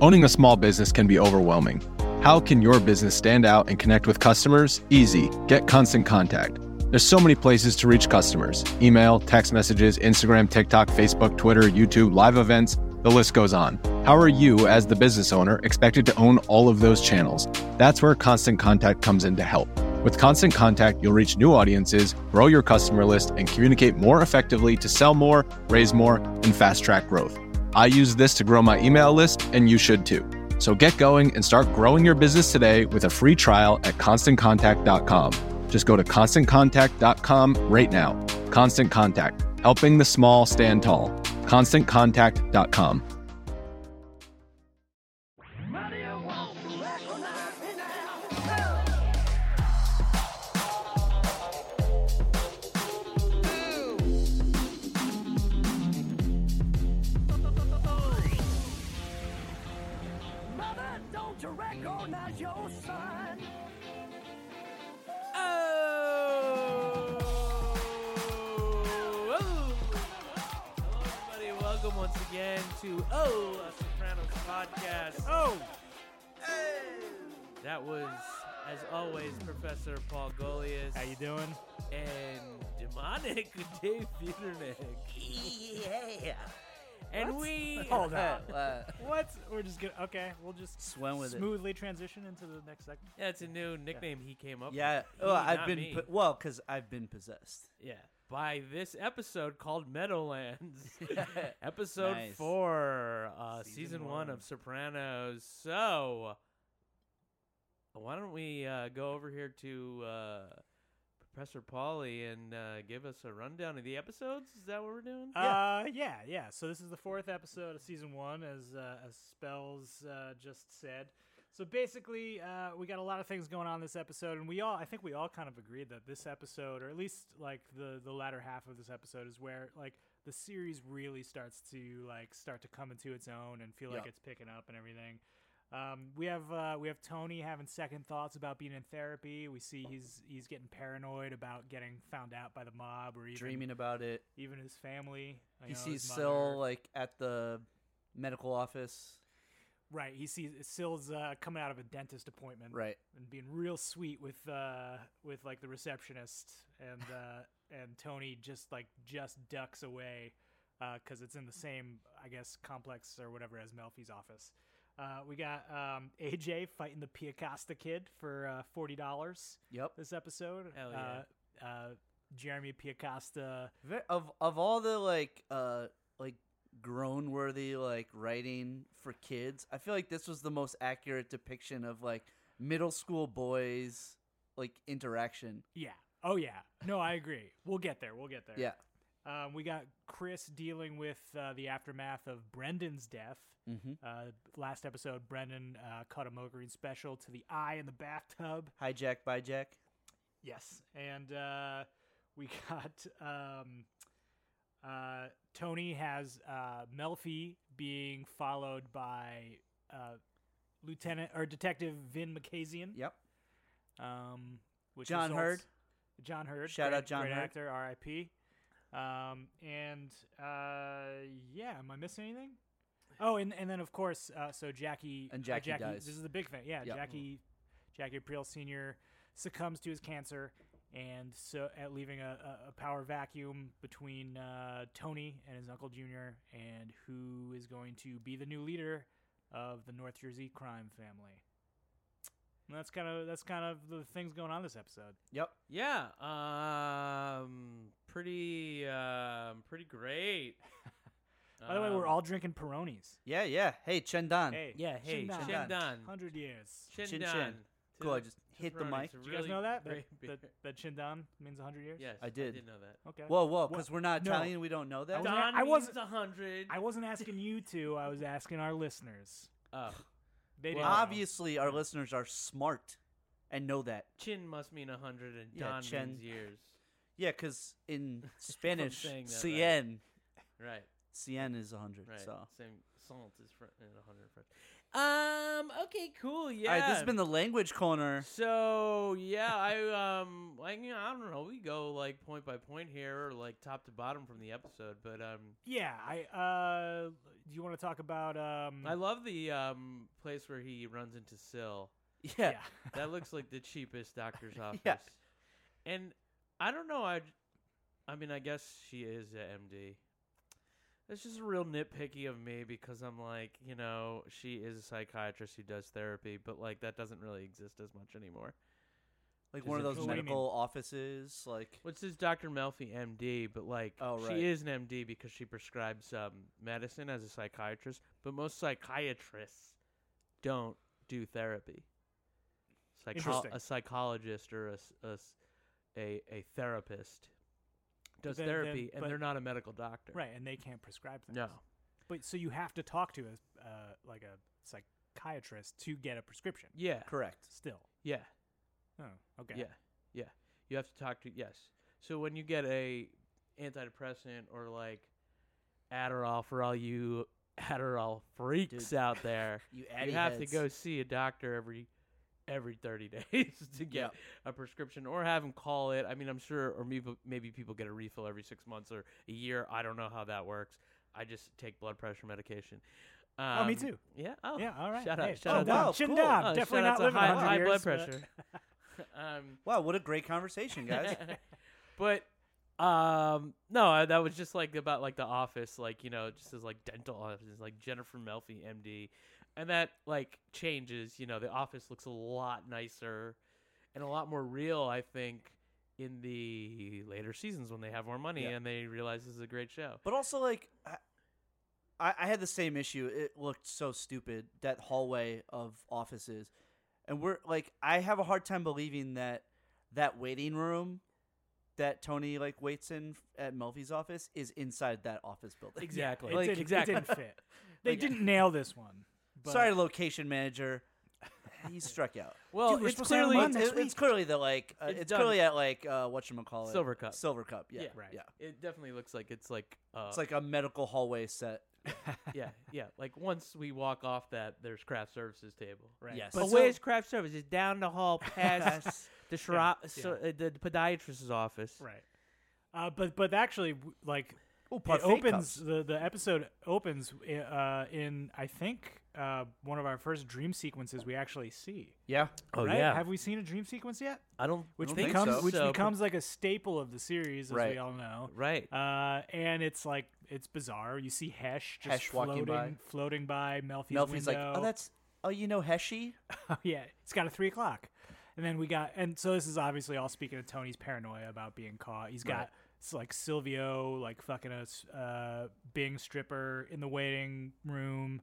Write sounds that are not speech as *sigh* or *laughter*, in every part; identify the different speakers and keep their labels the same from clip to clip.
Speaker 1: Owning a small business can be overwhelming. How can your business stand out and connect with customers? Easy. Get Constant Contact. There's so many places to reach customers email, text messages, Instagram, TikTok, Facebook, Twitter, YouTube, live events. The list goes on. How are you, as the business owner, expected to own all of those channels? That's where Constant Contact comes in to help. With Constant Contact, you'll reach new audiences, grow your customer list, and communicate more effectively to sell more, raise more, and fast track growth. I use this to grow my email list, and you should too. So get going and start growing your business today with a free trial at constantcontact.com. Just go to constantcontact.com right now. Constant Contact, helping the small stand tall. ConstantContact.com.
Speaker 2: Mother, don't you recognize your son? Oh!
Speaker 3: Oh. Hello, everybody. Welcome once again to Oh, a Sopranos podcast. Oh, that was, as always, Professor Paul Golias
Speaker 4: How you doing?
Speaker 3: and demonic *laughs* Dave Buternick.
Speaker 2: Yeah.
Speaker 3: And we *laughs*
Speaker 4: Hold on.
Speaker 2: Uh,
Speaker 4: What? We're just gonna okay. We'll just
Speaker 2: Swim with it.
Speaker 4: smoothly transition into the next section.
Speaker 3: Yeah, it's a new nickname he came up.
Speaker 2: yeah.
Speaker 3: with.
Speaker 2: Oh,
Speaker 3: He,
Speaker 2: I've
Speaker 3: not
Speaker 2: been
Speaker 3: me.
Speaker 2: po- well because I've been possessed.
Speaker 3: yeah. By this episode called Meadowlands, episode
Speaker 2: Nice.
Speaker 3: four, uh, season,
Speaker 4: Season
Speaker 3: one.
Speaker 4: one.
Speaker 3: of Sopranos. So, why don't we uh, go over here to uh, Professor Pauly and uh, give us a rundown of the episodes? Is that what we're doing?
Speaker 4: Uh, yeah, yeah. So this is the fourth episode of season one, as uh, as spells uh, just said. So basically, uh, we got a lot of things going on this episode, and we all, I think we all kind of agreed that this episode, or at least like the the latter half of this episode, is where like the series really starts to like start to come into its own and feel like
Speaker 2: Yeah.
Speaker 4: it's picking up and everything. Um, we have uh, we have Tony having second thoughts about being in therapy. We see
Speaker 2: Oh.
Speaker 4: he's he's getting paranoid about getting found out by the mob or even
Speaker 2: Dreaming about it.
Speaker 4: even his family. you
Speaker 2: He
Speaker 4: know,
Speaker 2: sees
Speaker 4: his
Speaker 2: Syl
Speaker 4: mother.
Speaker 2: like at the medical office.
Speaker 4: right. He sees Sil's uh, coming out of a dentist appointment,
Speaker 2: Right.
Speaker 4: and being real sweet with uh, with like the receptionist, and
Speaker 2: *laughs*
Speaker 4: uh, and Tony just like just ducks away because it's in the same, I guess, complex or whatever as Melfi's office. Uh, we got um, AJ fighting the Piacasta kid for uh, forty dollars
Speaker 2: Yep.
Speaker 4: this episode.
Speaker 3: Hell yeah.
Speaker 4: Uh, uh, Jeremy Piacasta.
Speaker 2: Ve- Of of all the like uh like grown worthy like writing for kids, I feel like this was the most accurate depiction of like middle school boys like interaction.
Speaker 4: Yeah. Oh yeah. No, I agree. We'll get there. We'll get there.
Speaker 2: Yeah.
Speaker 4: Um, we got Chris dealing with uh, the aftermath of Brendan's death.
Speaker 2: Mm-hmm.
Speaker 4: Uh, last episode, Brendan uh, caught a Mogherine special to the eye in the bathtub.
Speaker 2: Hijack, byjack.
Speaker 4: Yes. And uh, we *laughs* got um, uh, Tony has uh, Melfi being followed by uh, Lieutenant or Detective Vin McCasian.
Speaker 2: Yep.
Speaker 4: Um, which
Speaker 2: John
Speaker 4: results-
Speaker 2: Hurd.
Speaker 4: John Hurd.
Speaker 2: Shout
Speaker 4: great-
Speaker 2: out John
Speaker 4: great
Speaker 2: Hurd.
Speaker 4: actor, R.I.P. Um, and uh, yeah, am I missing anything? Oh, and and then of course, uh, so Jackie
Speaker 2: And
Speaker 4: uh,
Speaker 2: Jackie
Speaker 4: Jackie
Speaker 2: dies.
Speaker 4: This is the big thing. Yeah,
Speaker 2: Yep.
Speaker 4: Jackie Jackie Aprile Senior succumbs to his cancer, and so at leaving a, a, a power vacuum between uh, Tony and his uncle Junior, and who is going to be the new leader of the North Jersey crime family. And that's kind of that's kind of the things going on this episode.
Speaker 2: Yep.
Speaker 3: Yeah. Yeah. Um, pretty, um, pretty great.
Speaker 4: By the way, we're
Speaker 3: Um,
Speaker 4: all drinking Peronis.
Speaker 2: Yeah, yeah. Hey, Chendan.
Speaker 4: Hey,
Speaker 3: Yeah, hey,
Speaker 4: Shindan.
Speaker 2: Shindan.
Speaker 4: hundred years.
Speaker 3: Chin
Speaker 2: Chin
Speaker 3: Chin.
Speaker 2: Chin.
Speaker 3: To
Speaker 2: Cool,
Speaker 3: the-
Speaker 2: I just
Speaker 3: to
Speaker 2: hit the
Speaker 3: Ferroni.
Speaker 2: mic.
Speaker 3: It's a
Speaker 4: Did you guys
Speaker 3: really
Speaker 4: know that that,
Speaker 3: great
Speaker 4: that
Speaker 3: beer.
Speaker 4: that Chindan means hundred years?
Speaker 3: *laughs* Yes,
Speaker 2: I did.
Speaker 3: know that.
Speaker 4: Okay.
Speaker 2: Whoa, whoa,
Speaker 4: Wha-
Speaker 2: because we're not
Speaker 4: no.
Speaker 2: Italian, we don't know that.
Speaker 4: was-
Speaker 3: Don
Speaker 4: I wasn't-
Speaker 3: means a hundred.
Speaker 4: I wasn't asking you two. I was asking our listeners.
Speaker 3: *laughs* Oh,
Speaker 4: They
Speaker 3: Well,
Speaker 4: didn't know.
Speaker 2: Obviously, our listeners are smart and know that.
Speaker 3: chin must mean a hundred, and
Speaker 2: Yeah,
Speaker 3: Don
Speaker 2: chin.
Speaker 3: means years.
Speaker 2: Yeah, because in Spanish,
Speaker 3: saying that
Speaker 2: cien,
Speaker 3: right. Right,
Speaker 2: cien is 100.
Speaker 3: right.
Speaker 2: So
Speaker 3: Same, Salt is front and 100 French. Um. Okay. Cool. Yeah.
Speaker 2: All right, this has been the language corner.
Speaker 3: So yeah, I um, like you know, I don't know. We go like point by point here, or like top to bottom from the episode. But um,
Speaker 4: Yeah, I. Uh, do you want to talk about? Um,
Speaker 3: I love the um place where he runs into Sill.
Speaker 2: Yeah.
Speaker 4: yeah.
Speaker 3: That looks like the cheapest doctor's office.
Speaker 2: Yeah.
Speaker 3: And I don't know. I, I mean, I guess she is a MD. That's just real nitpicky of me because I'm like, you know, she is a psychiatrist who does therapy, but like that doesn't really exist as much anymore.
Speaker 2: Like
Speaker 3: Is
Speaker 2: one of
Speaker 3: it
Speaker 2: those
Speaker 4: cool? What do you mean?
Speaker 2: medical offices. Like,
Speaker 3: What's this Dr. Melfi MD, but like
Speaker 2: Oh, right.
Speaker 3: she is an MD because she prescribes um, medicine as a psychiatrist, but most psychiatrists don't do therapy. Psycho-
Speaker 4: Interesting.
Speaker 3: A psychologist or a, s- a s- a- a therapist does
Speaker 4: then- then-
Speaker 3: therapy, and
Speaker 4: but-
Speaker 3: they're not a medical doctor.
Speaker 4: *laughs* Right, and they can't prescribe things.
Speaker 3: No.
Speaker 4: But so you have to talk to a uh, like a psychiatrist to get a prescription.
Speaker 3: Yeah.
Speaker 2: correct.
Speaker 4: Still.
Speaker 3: Yeah.
Speaker 4: Oh, okay.
Speaker 3: Yeah, yeah. You have to talk to yes. So when you get a antidepressant or like Adderall for all you Adderall freaks
Speaker 2: Dude.
Speaker 3: out there,
Speaker 2: You
Speaker 3: you
Speaker 2: Addy
Speaker 3: have
Speaker 2: heads.
Speaker 3: to go see a doctor every every 30 *laughs* days to get
Speaker 2: Yep.
Speaker 3: a prescription or have them call it. I mean, I'm sure or maybe maybe people get a refill every 6 months or a year. I don't know how that works. I just take blood pressure medication. Um,
Speaker 4: Oh, me too.
Speaker 3: Yeah. Oh.
Speaker 4: Yeah, all right.
Speaker 3: Shout out.
Speaker 4: Hey,
Speaker 3: Shout
Speaker 4: oh,
Speaker 3: out. to-
Speaker 4: wow,
Speaker 2: Wow,
Speaker 4: chin
Speaker 2: cool.
Speaker 4: down.
Speaker 3: oh,
Speaker 4: Definitely
Speaker 3: shout out
Speaker 4: not
Speaker 3: to
Speaker 4: living
Speaker 3: high,
Speaker 4: 100
Speaker 3: high blood
Speaker 4: years, but-
Speaker 3: pressure. *laughs* um
Speaker 2: Wow, what a great conversation, guys.
Speaker 3: *laughs* but um no, I- that was just like about like the office, like you know, just as like dental offices, like Jennifer Melfi, MD, and that like changes. You know, the office looks a lot nicer and a lot more real. I think in the later seasons when they have more money
Speaker 2: Yeah.
Speaker 3: and they realize this is a great show.
Speaker 2: But also, like, I- I, I had the same issue. It looked so stupid that hallway of offices, and we're like, I have a hard time believing that that waiting room that Tony like waits in at Melfi's office is inside that office building.
Speaker 3: Exactly.
Speaker 4: *laughs* It,
Speaker 3: Like,
Speaker 4: didn't,
Speaker 3: exactly.
Speaker 4: it
Speaker 3: *laughs*
Speaker 4: didn't fit. They
Speaker 3: Like-
Speaker 4: didn't nail this one. But
Speaker 2: *laughs* Sorry, location manager. He struck out.
Speaker 3: Well,
Speaker 4: Dude, we're
Speaker 3: it's
Speaker 4: supposed to have
Speaker 3: clearly
Speaker 4: One
Speaker 2: It's-
Speaker 4: next
Speaker 2: it- it's
Speaker 4: week.
Speaker 2: clearly the like. Uh,
Speaker 3: It's
Speaker 2: it's
Speaker 3: done.
Speaker 2: clearly at like uh, what you call it,
Speaker 3: Silver Cup.
Speaker 2: Silver cup. Yeah,
Speaker 3: Yeah.
Speaker 4: Right.
Speaker 2: Yeah,
Speaker 3: it definitely looks like it's like uh,
Speaker 2: it's like a medical hallway set.
Speaker 3: yeah yeah like once we walk off that there's craft services table.
Speaker 4: Right.
Speaker 2: Yes.
Speaker 3: But
Speaker 2: But
Speaker 4: so-
Speaker 3: where's craft services? Down the
Speaker 4: *laughs*
Speaker 3: hall, past the shra-
Speaker 4: Yeah.
Speaker 3: so, uh, the podiatrist's office.
Speaker 4: Right. Uh, but but actually, w- like
Speaker 2: Oh,
Speaker 4: it
Speaker 2: parfait
Speaker 4: opens
Speaker 2: cups.
Speaker 4: the the episode opens i- uh, in I think uh, one of our first dream sequences we actually see.
Speaker 2: Yeah,
Speaker 3: Oh
Speaker 4: right?
Speaker 3: yeah,
Speaker 4: Have we seen a dream sequence yet?
Speaker 3: I don't.
Speaker 4: Which
Speaker 2: don't think
Speaker 4: becomes
Speaker 2: so.
Speaker 4: which
Speaker 3: So, but-
Speaker 4: becomes like a staple of the series, as
Speaker 2: Right.
Speaker 4: we all know.
Speaker 3: Right.
Speaker 4: Uh, and it's like it's bizarre. You see Hesh just
Speaker 2: Hesh
Speaker 4: floating
Speaker 2: walking by.
Speaker 4: floating by Melfi's,
Speaker 2: Melfi's like,
Speaker 4: window.
Speaker 2: oh, that's oh, you know Heshi.
Speaker 4: yeah, it's got a three o'clock. And then we got, and so this is obviously all speaking of Tony's paranoia about being caught. He's got s like Silvio, like fucking a s- uh, Bing stripper in the waiting room.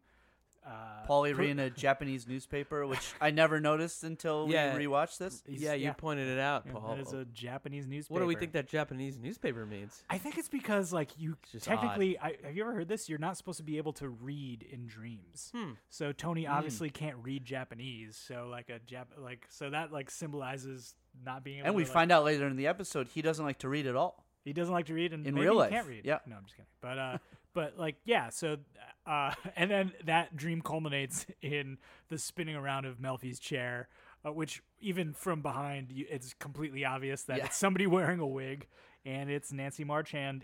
Speaker 4: Uh,
Speaker 2: Paul
Speaker 4: Pr-
Speaker 2: Arena Japanese newspaper, which I never noticed until
Speaker 3: Yeah.
Speaker 2: we rewatched this.
Speaker 4: he's-
Speaker 3: yeah, you
Speaker 4: yeah.
Speaker 3: pointed it out,
Speaker 4: yeah,
Speaker 3: Paul.
Speaker 4: That is a Japanese newspaper.
Speaker 3: Oh. what do we think that Japanese newspaper means?
Speaker 4: I think it's because like you
Speaker 3: It's just
Speaker 4: technically, I, have you ever heard this? You're not supposed to be able to read in dreams.
Speaker 3: Hmm.
Speaker 4: So Tony obviously can't read Japanese. So like a Jap, like so that like symbolizes not being able.
Speaker 2: And
Speaker 4: to,
Speaker 2: we
Speaker 4: like,
Speaker 2: find out later in the episode he doesn't like to read at all.
Speaker 4: He doesn't like to read, and
Speaker 2: In
Speaker 4: maybe
Speaker 2: real
Speaker 4: he
Speaker 2: life,
Speaker 4: can't read.
Speaker 2: yeah.
Speaker 4: No, I'm just kidding. But uh, *laughs* but like yeah. So uh, *laughs* and then that dream culminates *laughs* in the spinning around of Melfi's chair, uh, which even from behind, you, it's completely obvious that
Speaker 2: Yeah.
Speaker 4: it's somebody *laughs* wearing a wig, and it's Nancy Marchand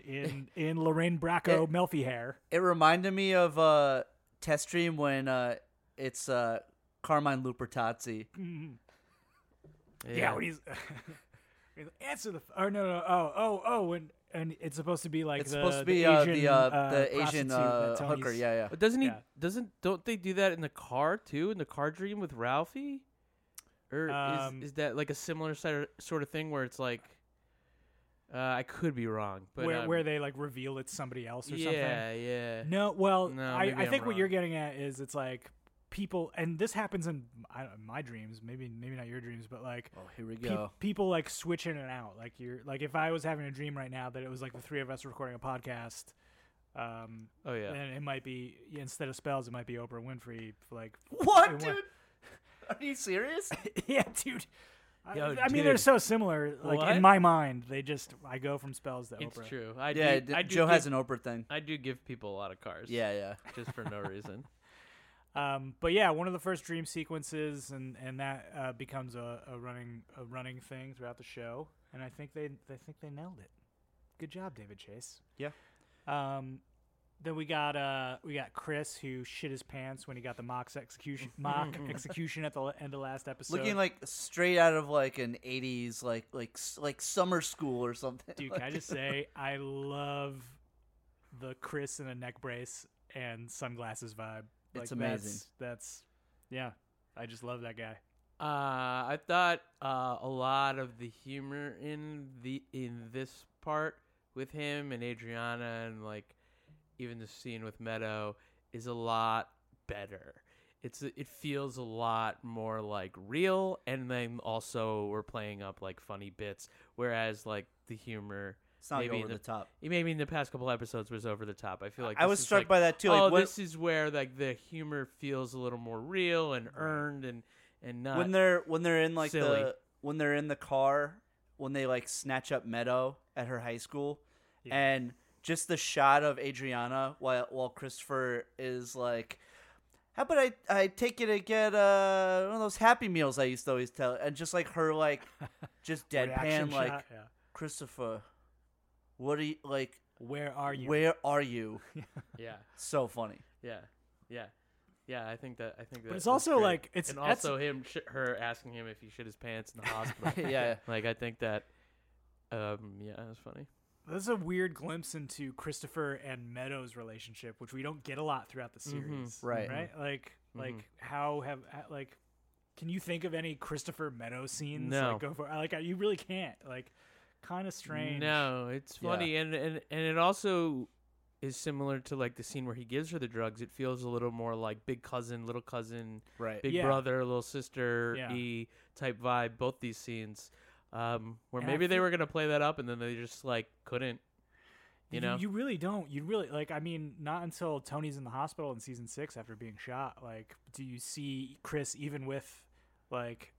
Speaker 2: *laughs*
Speaker 4: in in Lorraine Bracco
Speaker 2: It-
Speaker 4: Melfi hair.
Speaker 2: It reminded me of uh, Test Stream when uh, it's uh, Carmine Lupertazzi.
Speaker 4: Mm-hmm. Yeah, when he's. *laughs* when he's, Answer the f- or no no oh oh oh and and it's supposed to be like
Speaker 2: it's
Speaker 4: the,
Speaker 2: supposed to
Speaker 4: the
Speaker 2: be uh,
Speaker 4: Asian,
Speaker 2: the uh, the Asian
Speaker 4: prostitute
Speaker 2: uh,
Speaker 4: that
Speaker 2: hooker.
Speaker 4: Tony's-
Speaker 2: Yeah, yeah.
Speaker 3: But doesn't he?
Speaker 4: Yeah.
Speaker 3: Doesn't don't they do that in the car too? In the car dream with Ralphie, or
Speaker 4: Um,
Speaker 3: is, is that like a similar sor- sort of thing where it's like? Uh, I could be wrong, but
Speaker 4: where
Speaker 3: um,
Speaker 4: where they like reveal it's somebody else or something
Speaker 3: yeah, yeah.
Speaker 4: No, well,
Speaker 3: No,
Speaker 4: I,
Speaker 3: maybe
Speaker 4: I
Speaker 3: I'm
Speaker 4: think what you're
Speaker 3: wrong.
Speaker 4: getting at is it's like people, and this happens in I don't, my dreams, maybe maybe not your dreams, but like
Speaker 2: Oh, here we
Speaker 4: pe-
Speaker 2: go.
Speaker 4: people like switch in and out. Like you're like if I was having a dream right now that it was like the three of us recording a podcast, um,
Speaker 3: Oh yeah.
Speaker 4: then it might be instead of spells, it might be Oprah Winfrey. Like *laughs*
Speaker 2: *laughs* What,
Speaker 4: and
Speaker 2: dude? Are you serious?
Speaker 4: yeah, dude. I,
Speaker 3: Yo,
Speaker 4: I mean, they're
Speaker 3: dude.
Speaker 4: so similar. Like
Speaker 3: What?
Speaker 4: in my mind, they just I go from spells to
Speaker 3: It's
Speaker 4: Oprah.
Speaker 3: true. I
Speaker 2: *laughs* yeah,
Speaker 3: do,
Speaker 2: d-
Speaker 3: I do
Speaker 2: Joe
Speaker 3: give,
Speaker 2: has an Oprah thing.
Speaker 3: I do give people a lot of cars.
Speaker 2: Yeah, yeah.
Speaker 3: just for no reason.
Speaker 4: Um, but yeah, one of the first dream sequences, and and that uh, becomes a, a running a running thing throughout the show. And I think they they think they nailed it. Good job, David Chase.
Speaker 2: Yeah.
Speaker 4: Um, then we got uh we got Chris who shit his pants when he got the mock execution
Speaker 2: *laughs*
Speaker 4: mock execution at the l- end of last episode.
Speaker 2: Looking like straight out of like an '80s like like s- like summer school or something. *laughs*
Speaker 4: Dude, can I just say I love the Chris in a neck brace and sunglasses vibe.
Speaker 2: It's
Speaker 4: Like,
Speaker 2: amazing.
Speaker 4: That's, that's yeah. I just love that guy.
Speaker 3: Uh, I thought uh, a lot of the humor in the in this part with him and Adriana and like even the scene with Meadow is a lot better. It's it feels a lot more like real, and then also we're playing up like funny bits, whereas like the humor.
Speaker 2: it's not
Speaker 3: maybe
Speaker 2: over
Speaker 3: the-
Speaker 2: the, top.
Speaker 3: Maybe in the past couple episodes was over the top. I feel like
Speaker 2: I
Speaker 3: this
Speaker 2: was
Speaker 3: is,
Speaker 2: struck
Speaker 3: like,
Speaker 2: by that too.
Speaker 3: oh,
Speaker 2: Like when,
Speaker 3: this is where like the humor feels a little more real and earned and and not
Speaker 2: when they're when they're in like
Speaker 3: silly.
Speaker 2: the when they're in the car when they like snatch up Meadow at her high school, and just the shot of Adriana while while Christopher is like. How about I, I take you to get uh, one of those Happy Meals I used to always tell, and just like her like, just
Speaker 4: Reaction
Speaker 2: deadpan like
Speaker 4: shot, yeah.
Speaker 2: Christopher, what are you like?
Speaker 4: Where are you?
Speaker 2: Where are you? *laughs*
Speaker 3: yeah
Speaker 2: So funny.
Speaker 3: yeah yeah yeah I think that I think that that's
Speaker 4: it's also,
Speaker 3: great.
Speaker 4: like, it's-
Speaker 3: and
Speaker 4: that's-
Speaker 3: also him sh- her asking him if he shit his pants in *laughs* the hospital
Speaker 2: Yeah.
Speaker 3: like I think that um yeah that's funny
Speaker 4: This is a weird glimpse into Christopher and Meadows' relationship, which we don't get a lot throughout the series.
Speaker 2: Right.
Speaker 4: Right? Like like how have ha- like can you think of any Christopher Meadows scenes?
Speaker 3: No.
Speaker 4: Like, go for like you really can't. Like kind of strange.
Speaker 3: No, it's
Speaker 2: Yeah.
Speaker 3: funny, and, and and it also is similar to like the scene where he gives her the drugs. It feels a little more like big cousin, little cousin,
Speaker 2: Right.
Speaker 3: big
Speaker 4: Yeah.
Speaker 3: brother, little sister,
Speaker 4: Yeah.
Speaker 3: e type vibe. Both these scenes, um, where
Speaker 4: And I
Speaker 3: maybe they
Speaker 4: feel-
Speaker 3: were gonna play that up, and then they just like couldn't. You know,
Speaker 4: you really don't. You really like. I mean, not until Tony's in the hospital in season six after being shot. Like, do you see Chris even with, like,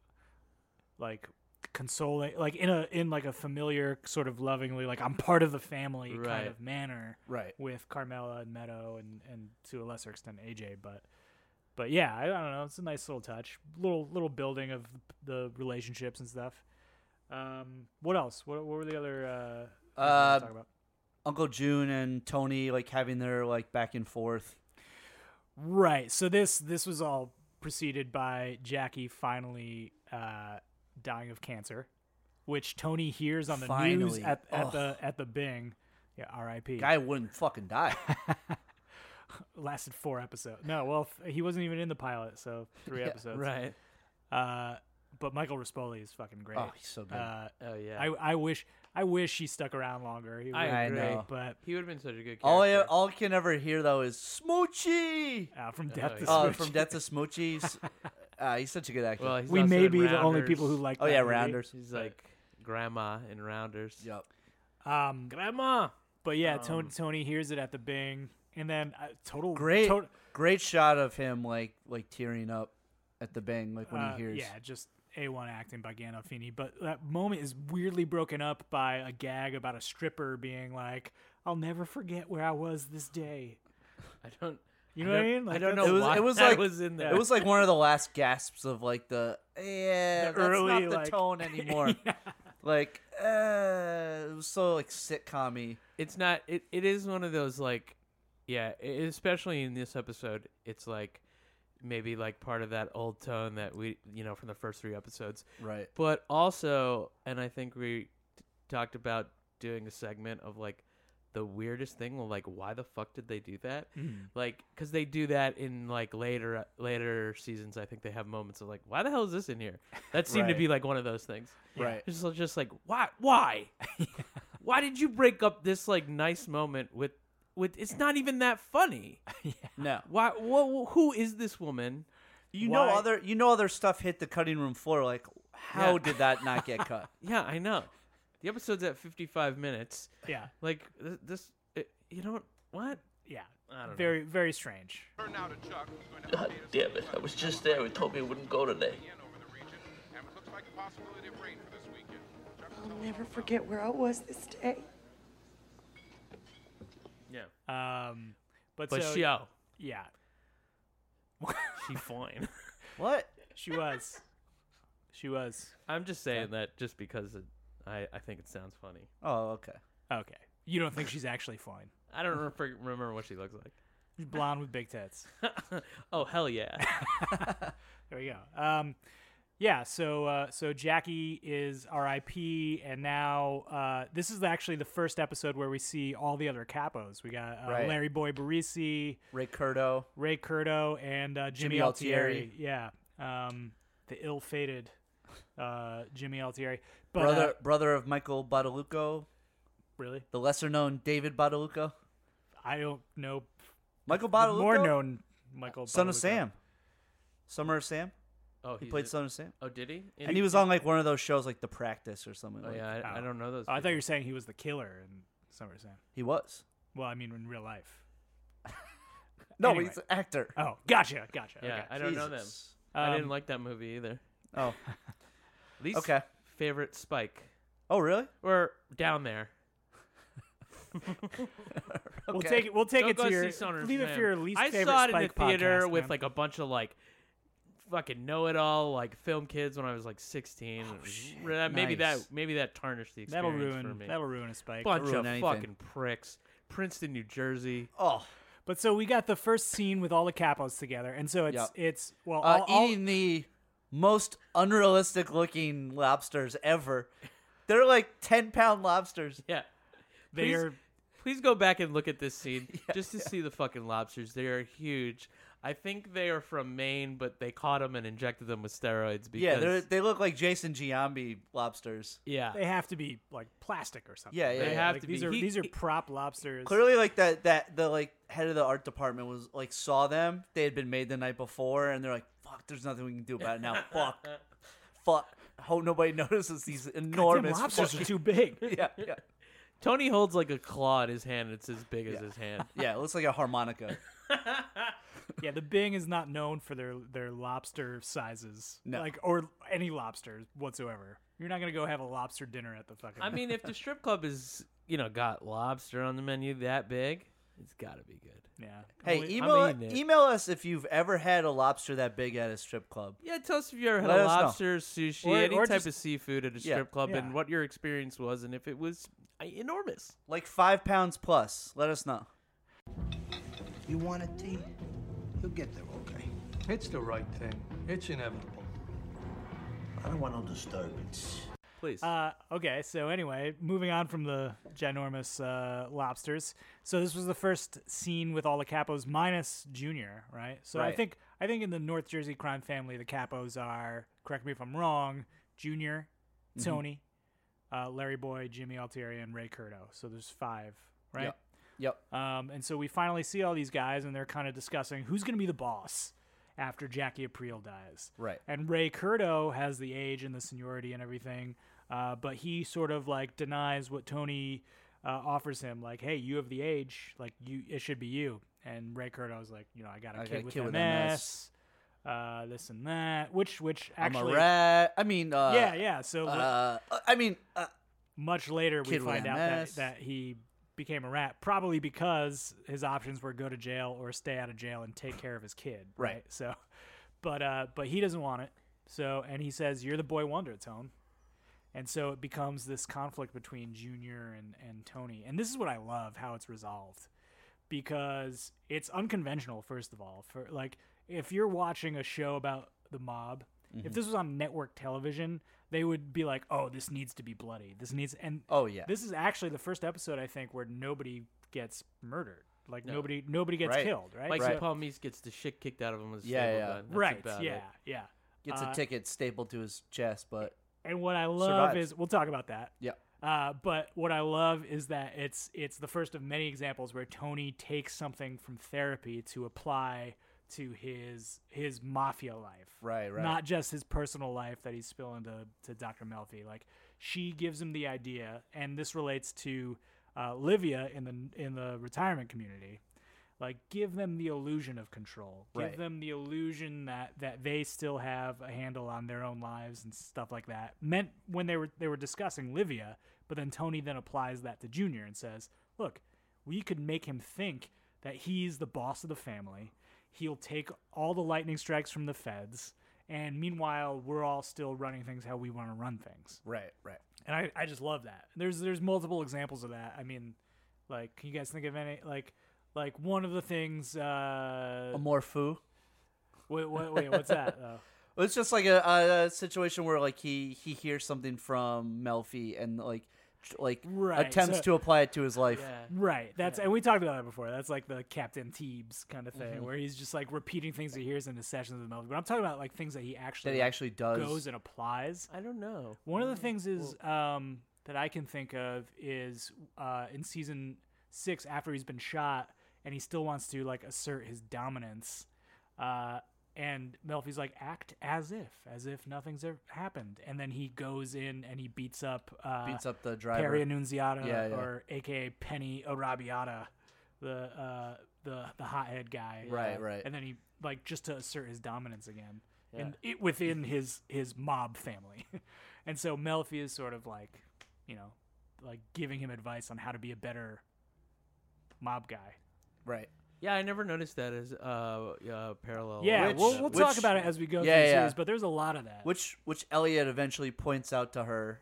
Speaker 4: like consoling, like in a in like a familiar sort of lovingly, like I'm part of the family
Speaker 3: Right.
Speaker 4: kind of manner
Speaker 2: Right.
Speaker 4: with Carmela and Meadow and and to a lesser extent AJ, but. But yeah, I, I don't know. It's a nice little touch, little little building of the relationships and stuff. Um, what else? What, what were the other uh, things we wanted to
Speaker 2: Uh,
Speaker 4: talk about?
Speaker 2: Uncle June and Tony like having their like back and forth.
Speaker 4: Right. So this this was all preceded by Jackie finally uh, dying of cancer, which Tony hears on the news
Speaker 2: Finally.
Speaker 4: at, at
Speaker 2: Ugh.
Speaker 4: the at the Bing. Yeah, R.I.P.
Speaker 2: Guy wouldn't fucking die.
Speaker 4: lasted four episodes. No, well, f- he wasn't even in the pilot, so
Speaker 2: *laughs*
Speaker 4: three episodes.
Speaker 3: right?
Speaker 4: Uh, but Michael Rispoli is fucking great.
Speaker 2: oh, he's so good.
Speaker 4: uh,
Speaker 3: Oh yeah,
Speaker 4: I I wish I wish he stuck around longer. He
Speaker 3: I
Speaker 4: was
Speaker 2: I
Speaker 4: great,
Speaker 2: know.
Speaker 4: but
Speaker 3: he would have been such a good. Character.
Speaker 2: all I all I can ever hear though is Smoochie.
Speaker 4: uh, from death to
Speaker 2: Uh,
Speaker 4: Smoochie.
Speaker 2: from Death to Smoochies. uh, he's such a good actor.
Speaker 3: well, he's
Speaker 4: we
Speaker 3: also
Speaker 4: may
Speaker 3: in
Speaker 4: be the only people who
Speaker 3: Rounders.
Speaker 4: like.
Speaker 2: oh
Speaker 4: that
Speaker 2: yeah,
Speaker 4: movie.
Speaker 2: Rounders.
Speaker 3: He's like grandma in Rounders.
Speaker 2: Yep.
Speaker 4: Um,
Speaker 3: grandma.
Speaker 4: But yeah, Tony, Tony hears it at the Bing, and then uh, total
Speaker 2: Um, Great
Speaker 4: tot-
Speaker 2: great shot of him like like tearing up at the bang like when
Speaker 4: uh,
Speaker 2: he hears
Speaker 4: yeah, just a one acting by Gandolfini. But that moment is weirdly broken up by a gag about a stripper being like, "I'll never forget where I was this day."
Speaker 3: I don't.
Speaker 4: You know what I mean?
Speaker 3: I
Speaker 4: Like,
Speaker 3: don't know
Speaker 4: that's-
Speaker 2: It was-
Speaker 3: why
Speaker 2: it was
Speaker 3: that
Speaker 2: like-
Speaker 3: was in there.
Speaker 2: It was like one of the last gasps of like the yeah,
Speaker 4: The
Speaker 2: that's
Speaker 4: early,
Speaker 2: not the
Speaker 4: like-
Speaker 2: tone anymore. Like uh, it was so like sitcom-y.
Speaker 3: it's not it, it is one of those like yeah i especially in this episode it's like maybe like part of that old tone that we you know from the first three episodes
Speaker 2: Right.
Speaker 3: but also and i think we t- talked about doing a segment of like the weirdest thing well like why the fuck did they do that
Speaker 2: Mm,
Speaker 3: like because they do that in like later later seasons i think they have moments of like why the hell is this in here that seemed to
Speaker 2: Right.
Speaker 3: be like one of those things
Speaker 2: Right.
Speaker 3: it's just, just like why why *laughs* why did you break up this like nice moment with with it's not even that funny
Speaker 2: No.
Speaker 3: why wha who is this woman
Speaker 2: You
Speaker 4: Why-
Speaker 2: know other you know other stuff hit the cutting room floor. Like how
Speaker 3: Yeah.
Speaker 2: did that not get cut?
Speaker 3: yeah i know the episode's at 55 minutes
Speaker 4: yeah,
Speaker 3: like th- this it, you don't what
Speaker 4: yeah,
Speaker 3: i don't
Speaker 4: very very strange.
Speaker 5: God damn it. I was just there. He told me he wouldn't go today.
Speaker 6: in over the region, and it looks like
Speaker 5: possibility of rain for this weekend.
Speaker 6: I'll never forget where I was this day.
Speaker 3: Yeah.
Speaker 4: Um, but
Speaker 3: But
Speaker 4: so,
Speaker 3: she
Speaker 2: uh,
Speaker 3: yo,
Speaker 4: yeah, *laughs*
Speaker 3: she fine.
Speaker 2: What?
Speaker 4: she was, she was.
Speaker 3: *laughs* I'm just saying that just because it, I I think it sounds funny.
Speaker 2: Oh, okay.
Speaker 4: Okay, you don't think she's actually fine?
Speaker 3: I don't remember remember what she looks
Speaker 4: She's blonde with big tits.
Speaker 3: like. oh hell yeah.
Speaker 4: There we go. Um, yeah. So uh, so Jackie is R.I.P. And now uh, this is actually the first episode where we see all the other capos. We got uh,
Speaker 2: Right.
Speaker 4: Larry Boy Barisi,
Speaker 2: Ray Curto.
Speaker 4: Ray Curto, and uh, Jimmy,
Speaker 2: Jimmy
Speaker 4: Altieri.
Speaker 2: Altieri.
Speaker 4: Yeah. Um, the ill-fated uh, Jimmy Altieri. But, uh,
Speaker 2: Brother brother of Michael Bodaluco,
Speaker 4: really,
Speaker 2: the lesser known David Bodaluco.
Speaker 4: I don't know.
Speaker 2: Michael
Speaker 4: the
Speaker 2: Bodaluco.
Speaker 4: More known Michael.
Speaker 2: Son of
Speaker 4: Buttalucco.
Speaker 2: Sam. Summer of Sam.
Speaker 3: Oh,
Speaker 2: He
Speaker 3: he's
Speaker 2: played
Speaker 3: in-
Speaker 2: Son of Sam.
Speaker 3: Oh, did he? In-
Speaker 2: And he was on like one of those shows like The Practice or something.
Speaker 3: Oh
Speaker 2: like.
Speaker 3: yeah, I, I
Speaker 4: Oh.
Speaker 3: don't know those.
Speaker 4: Oh, I thought
Speaker 3: people.
Speaker 4: you were saying he was the killer in Summer of Sam.
Speaker 2: He was.
Speaker 4: Well, I mean in real life.
Speaker 2: *laughs* No,
Speaker 4: Anyway.
Speaker 2: he's an actor. *laughs*
Speaker 4: Oh, gotcha, gotcha.
Speaker 3: Yeah,
Speaker 4: okay.
Speaker 3: I don't know them.
Speaker 2: Jesus.
Speaker 3: I
Speaker 4: Um,
Speaker 3: didn't like that movie either.
Speaker 2: Oh,
Speaker 3: Least
Speaker 2: okay.
Speaker 3: favorite Spike
Speaker 2: Oh, really?
Speaker 3: or down there.
Speaker 4: We'll
Speaker 2: Okay.
Speaker 4: take it. We'll take
Speaker 3: Go
Speaker 4: it
Speaker 3: go
Speaker 4: to
Speaker 3: see
Speaker 4: your
Speaker 3: Son of
Speaker 4: leave it
Speaker 3: Man.
Speaker 4: for your least
Speaker 3: I
Speaker 4: favorite.
Speaker 3: saw it
Speaker 4: Spike
Speaker 3: in the theater
Speaker 4: podcast,
Speaker 3: with
Speaker 4: man.
Speaker 3: like a bunch of like fucking know-it-all like film kids when I was like 16. It was
Speaker 2: shit.
Speaker 3: re- that- Maybe
Speaker 2: Nice.
Speaker 3: that maybe that tarnished the
Speaker 4: Oh, that'll
Speaker 3: experience for
Speaker 4: ruin
Speaker 3: me.
Speaker 4: that'll ruin a Spike.
Speaker 3: bunch
Speaker 2: ruin
Speaker 3: of
Speaker 2: anything.
Speaker 3: fucking pricks. Princeton, New Jersey.
Speaker 2: Oh,
Speaker 4: But so we got the first scene with all the capos together, and so it's
Speaker 2: Yep.
Speaker 4: it's well
Speaker 2: uh,
Speaker 4: all, all-
Speaker 2: eating the most unrealistic looking lobsters ever. They're like 10 pound lobsters.
Speaker 3: Yeah.
Speaker 4: they
Speaker 3: please-
Speaker 4: are
Speaker 3: Please go back and look at this
Speaker 4: *laughs*
Speaker 3: scene just to see the fucking lobsters. They are huge. I think they are from Maine, but they caught them and injected them with steroids because
Speaker 2: Yeah, they they look like Jason Giambi lobsters.
Speaker 3: yeah.
Speaker 4: they have to be like plastic or something.
Speaker 2: Yeah, yeah,
Speaker 4: right?
Speaker 2: They have
Speaker 4: Like,
Speaker 3: to
Speaker 4: these
Speaker 3: be.
Speaker 4: Are,
Speaker 3: He-
Speaker 4: these are
Speaker 3: he-
Speaker 4: prop lobsters.
Speaker 2: Clearly like that that the like head of the art department was like saw them. They had been made the night before and they're like, "Fuck, there's nothing we can do about it now.
Speaker 4: *laughs*
Speaker 2: Fuck. Fuck. Hope nobody *laughs* notices these
Speaker 4: Damn,
Speaker 2: enormous
Speaker 4: lobsters are
Speaker 2: fucking-
Speaker 4: too big.
Speaker 2: *laughs* yeah, yeah.
Speaker 3: Tony holds like a claw in his hand. It's as big as his hand.
Speaker 2: Yeah, it looks like a
Speaker 4: *laughs*
Speaker 2: harmonica.
Speaker 4: yeah, the Bing is not known for their their lobster sizes,
Speaker 2: No.
Speaker 4: like or any lobsters whatsoever. You're not gonna go have a lobster dinner at the fucking.
Speaker 3: I mean, if the strip club is you know got lobster on the menu that big, it's got to be good.
Speaker 4: yeah.
Speaker 2: Hey,
Speaker 4: Only-
Speaker 2: email
Speaker 3: eating it.
Speaker 2: email us if you've ever had a lobster that big at a strip club.
Speaker 3: Yeah, tell us if you ever had
Speaker 2: Let
Speaker 3: a
Speaker 2: us know.
Speaker 3: lobster, sushi,
Speaker 4: Or-
Speaker 3: any
Speaker 4: or
Speaker 3: type
Speaker 4: just-
Speaker 3: of seafood at a
Speaker 2: Yeah.
Speaker 3: strip club,
Speaker 4: Yeah.
Speaker 3: and what your experience was, and if it was uh, enormous.
Speaker 2: Like five pounds plus. Let us know.
Speaker 7: You want a tea? You'll get there, okay?
Speaker 8: It's the right thing. It's inevitable.
Speaker 7: I don't want no disturbance.
Speaker 3: Please.
Speaker 4: Uh, okay, so anyway, moving on from the ginormous uh, lobsters. So this was the first scene with all the capos minus Junior, right? So I
Speaker 2: Right.
Speaker 4: think I think in the North Jersey crime family, the capos are. Correct me if I'm wrong. Junior, Tony, uh, Larry Boy, Jimmy Altieri, and Ray Curto. So there's five, right?
Speaker 2: Yep. Yep.
Speaker 4: Um, and so we finally see all these guys, and they're kind of discussing who's going to be the boss after Jackie Aprile dies.
Speaker 2: Right.
Speaker 4: And Ray Curto has the age and the seniority and everything, uh, but he sort of like denies what Tony uh, offers him. Like, hey, you have the age, like you, it should be you. And Ray Curto is like, you know, I got a
Speaker 2: I
Speaker 4: kid
Speaker 2: got a
Speaker 4: with
Speaker 2: kid
Speaker 4: MS,
Speaker 2: with
Speaker 4: Uh, this and that, which which
Speaker 2: I'm a
Speaker 4: actually,
Speaker 2: rat. I mean, uh,
Speaker 4: yeah, yeah. So
Speaker 2: Uh, I mean, uh,
Speaker 4: much later we
Speaker 2: Kid with
Speaker 4: find out that,
Speaker 2: MS.
Speaker 4: that he became a rat probably because his options were go to jail or stay out of jail and take care of his kid right,
Speaker 2: Right.
Speaker 4: so but uh but he doesn't want it so and he says you're the boy wonder tone and so it becomes this conflict between junior and and tony and this is what i love how it's resolved because it's unconventional first of all for like if you're watching a show about the mob if this was on network television they would be like oh this needs to be bloody this needs and
Speaker 2: oh yeah,
Speaker 4: this is actually the first episode i think where nobody gets murdered like nobody nobody gets
Speaker 2: Right.
Speaker 4: killed right
Speaker 3: Mike
Speaker 4: So-
Speaker 3: right. Palmese gets the shit kicked out of him with a
Speaker 2: Yeah,
Speaker 3: staple
Speaker 2: yeah.
Speaker 3: gun. That's
Speaker 4: right
Speaker 3: about
Speaker 4: yeah
Speaker 3: it.
Speaker 4: yeah
Speaker 2: gets
Speaker 4: uh,
Speaker 2: a ticket stapled to his chest, but
Speaker 4: and what i love
Speaker 2: Survives.
Speaker 4: is we'll talk about that
Speaker 2: yeah,
Speaker 4: Uh, but what I love is that it's it's the first of many examples where Tony takes something from therapy to apply to his his mafia life,
Speaker 2: Right, right.
Speaker 4: Not just his personal life that he's spilling to to Dr. Melfi. Like she gives him the idea, and this relates to uh, Livia in the in the retirement community. Like give them the illusion of control. Give
Speaker 2: Right.
Speaker 4: them the illusion that that they still have a handle on their own lives and stuff like that. Meant when they were they were discussing Livia, but then Tony then applies that to Junior and says, "Look, we could make him think that he's the boss of the family. He'll take all the lightning strikes from the feds." And meanwhile, we're all still running things how we want to run things
Speaker 2: Right, right.
Speaker 4: and I, I just love that. There's there's multiple examples of that. I mean, like, can you guys think of any like like one of the things? Uh,
Speaker 2: Amor fu.
Speaker 4: wait, wait, wait, what's that? Oh. though?
Speaker 2: It's just like a, a, a situation where like he he hears something from Melfi and like tr- like
Speaker 4: Right,
Speaker 2: attempts
Speaker 4: so-
Speaker 2: to apply it to his life.
Speaker 3: Yeah.
Speaker 4: right. That's and we talked about that before. That's like the Captain Teebs kind of thing, where he's just like repeating things he hears in his sessions with Melvin. But I'm talking about like things that he actually
Speaker 2: That he
Speaker 4: like,
Speaker 2: actually does.
Speaker 4: goes and applies.
Speaker 3: I don't know.
Speaker 4: One of the things is um, that I can think of is uh, in season six, after he's been shot, and he still wants to like assert his dominance. Uh, and Melfi's like, act as if, as if nothing's ever happened. And then he goes in and he beats up, uh,
Speaker 2: Beats up the driver.
Speaker 4: Perry Annunziata,
Speaker 2: Yeah, yeah.
Speaker 4: or AKA Penny Arabiata, the uh, the the hothead guy.
Speaker 2: Right, right.
Speaker 4: And then he like just to assert his dominance again, and it within his his mob family, *laughs* and so Melfi is sort of like, you know, like giving him advice on how to be a better mob guy.
Speaker 2: Right.
Speaker 3: Yeah, I never noticed that as uh, uh parallel.
Speaker 2: Oh,
Speaker 4: Yeah,
Speaker 2: Which-
Speaker 4: we'll, we'll talk
Speaker 2: which-
Speaker 4: about it as we go
Speaker 2: Yeah,
Speaker 4: through the
Speaker 2: yeah.
Speaker 4: series, but there's a lot of that.
Speaker 2: Which which Elliot eventually points out to her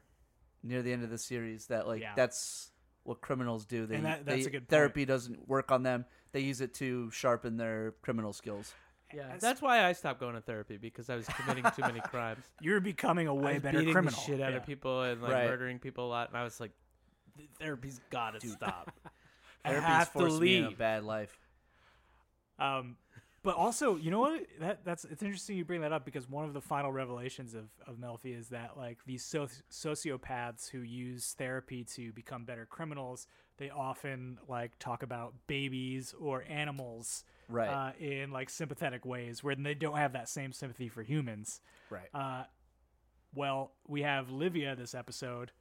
Speaker 2: near the end of the series that like
Speaker 4: Yeah.
Speaker 2: that's what criminals do. They,
Speaker 4: And that- that's
Speaker 2: they-
Speaker 4: a good point.
Speaker 2: therapy doesn't work on them. They use it to sharpen their criminal skills.
Speaker 3: yeah. That's why I stopped going to therapy because I was committing too
Speaker 4: *laughs*
Speaker 3: many crimes.
Speaker 4: You're becoming a
Speaker 3: I
Speaker 4: way
Speaker 3: was
Speaker 4: better
Speaker 3: beating
Speaker 4: criminal.
Speaker 3: the shit out
Speaker 4: Yeah.
Speaker 3: of people and like
Speaker 2: Right.
Speaker 3: murdering people a lot, and I was like, "Th- therapy's got to
Speaker 4: *laughs*
Speaker 3: stop. I
Speaker 2: Therapy's
Speaker 3: have to
Speaker 2: forced me in a
Speaker 3: leave.
Speaker 2: bad life.
Speaker 4: Um, but also, you know what? That that's it's interesting you bring that up because one of the final revelations of of Melfi is that like these so- sociopaths who use therapy to become better criminals, they often like talk about babies or animals,
Speaker 2: Right.
Speaker 4: Uh, in like sympathetic ways where they don't have that same sympathy for humans.
Speaker 2: Right.
Speaker 4: Uh, well, we have Livia this episode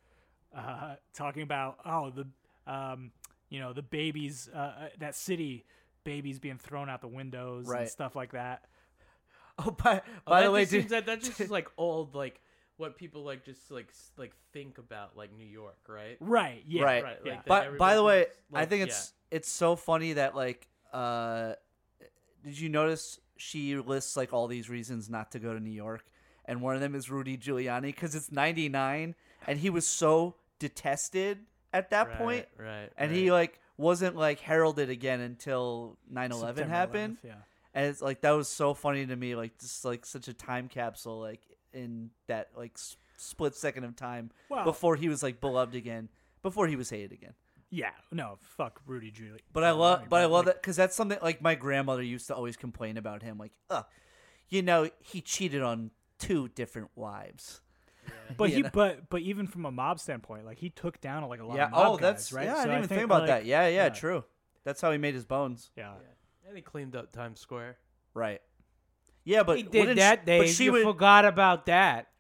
Speaker 4: uh, talking about oh the um, you know the babies uh, uh, that city babies being thrown out the windows
Speaker 2: Right.
Speaker 4: and stuff like that.
Speaker 2: oh, by,
Speaker 3: Oh,
Speaker 2: by
Speaker 3: that
Speaker 2: the way,
Speaker 3: just
Speaker 2: dude,
Speaker 3: seems that
Speaker 2: *laughs*
Speaker 3: that just is like old like what people like just like s- like think about like New York, right?
Speaker 4: Right. Yeah.
Speaker 2: right.
Speaker 3: Right,
Speaker 4: yeah.
Speaker 3: like that
Speaker 2: But by the way,
Speaker 3: everybody thinks,
Speaker 2: I
Speaker 3: like,
Speaker 2: think
Speaker 3: yeah.
Speaker 2: it's it's so funny that like uh did you notice she lists like all these reasons not to go to New York and one of them is Rudy Giuliani cuz it's 99 and he was so detested at that
Speaker 3: Right,
Speaker 2: point
Speaker 3: right,
Speaker 2: and he
Speaker 3: right.
Speaker 2: like wasn't like heralded again until 9/11
Speaker 4: September
Speaker 2: happened
Speaker 4: 11th, yeah.
Speaker 2: and it's like that was so funny to me like just like such a time capsule like in that like s- split second of time
Speaker 4: Well-
Speaker 2: before he was like beloved again before he was hated again
Speaker 4: Yeah. No. Fuck Rudy Giuliani.
Speaker 2: but I love, but I love that because that's something like my grandmother used to always complain about him. Like, uh, you know, he cheated on two different wives.
Speaker 4: But
Speaker 2: you
Speaker 4: he,
Speaker 2: know.
Speaker 4: *laughs* but but even from a mob standpoint, like he took down like a lot
Speaker 2: Yeah.
Speaker 4: of mob
Speaker 2: Oh,
Speaker 4: guys,
Speaker 2: that's
Speaker 4: right.
Speaker 2: Yeah, I
Speaker 4: So
Speaker 2: didn't even think,
Speaker 4: think,
Speaker 2: about that.
Speaker 4: like-
Speaker 2: Yeah, yeah, true. That's how he made his bones.
Speaker 4: Yeah.
Speaker 3: and he cleaned up Times Square.
Speaker 2: Right. Yeah, but
Speaker 3: He
Speaker 2: wouldn't
Speaker 3: did that
Speaker 2: she,
Speaker 3: day.
Speaker 2: But she
Speaker 3: you
Speaker 2: would.
Speaker 3: forgot about that.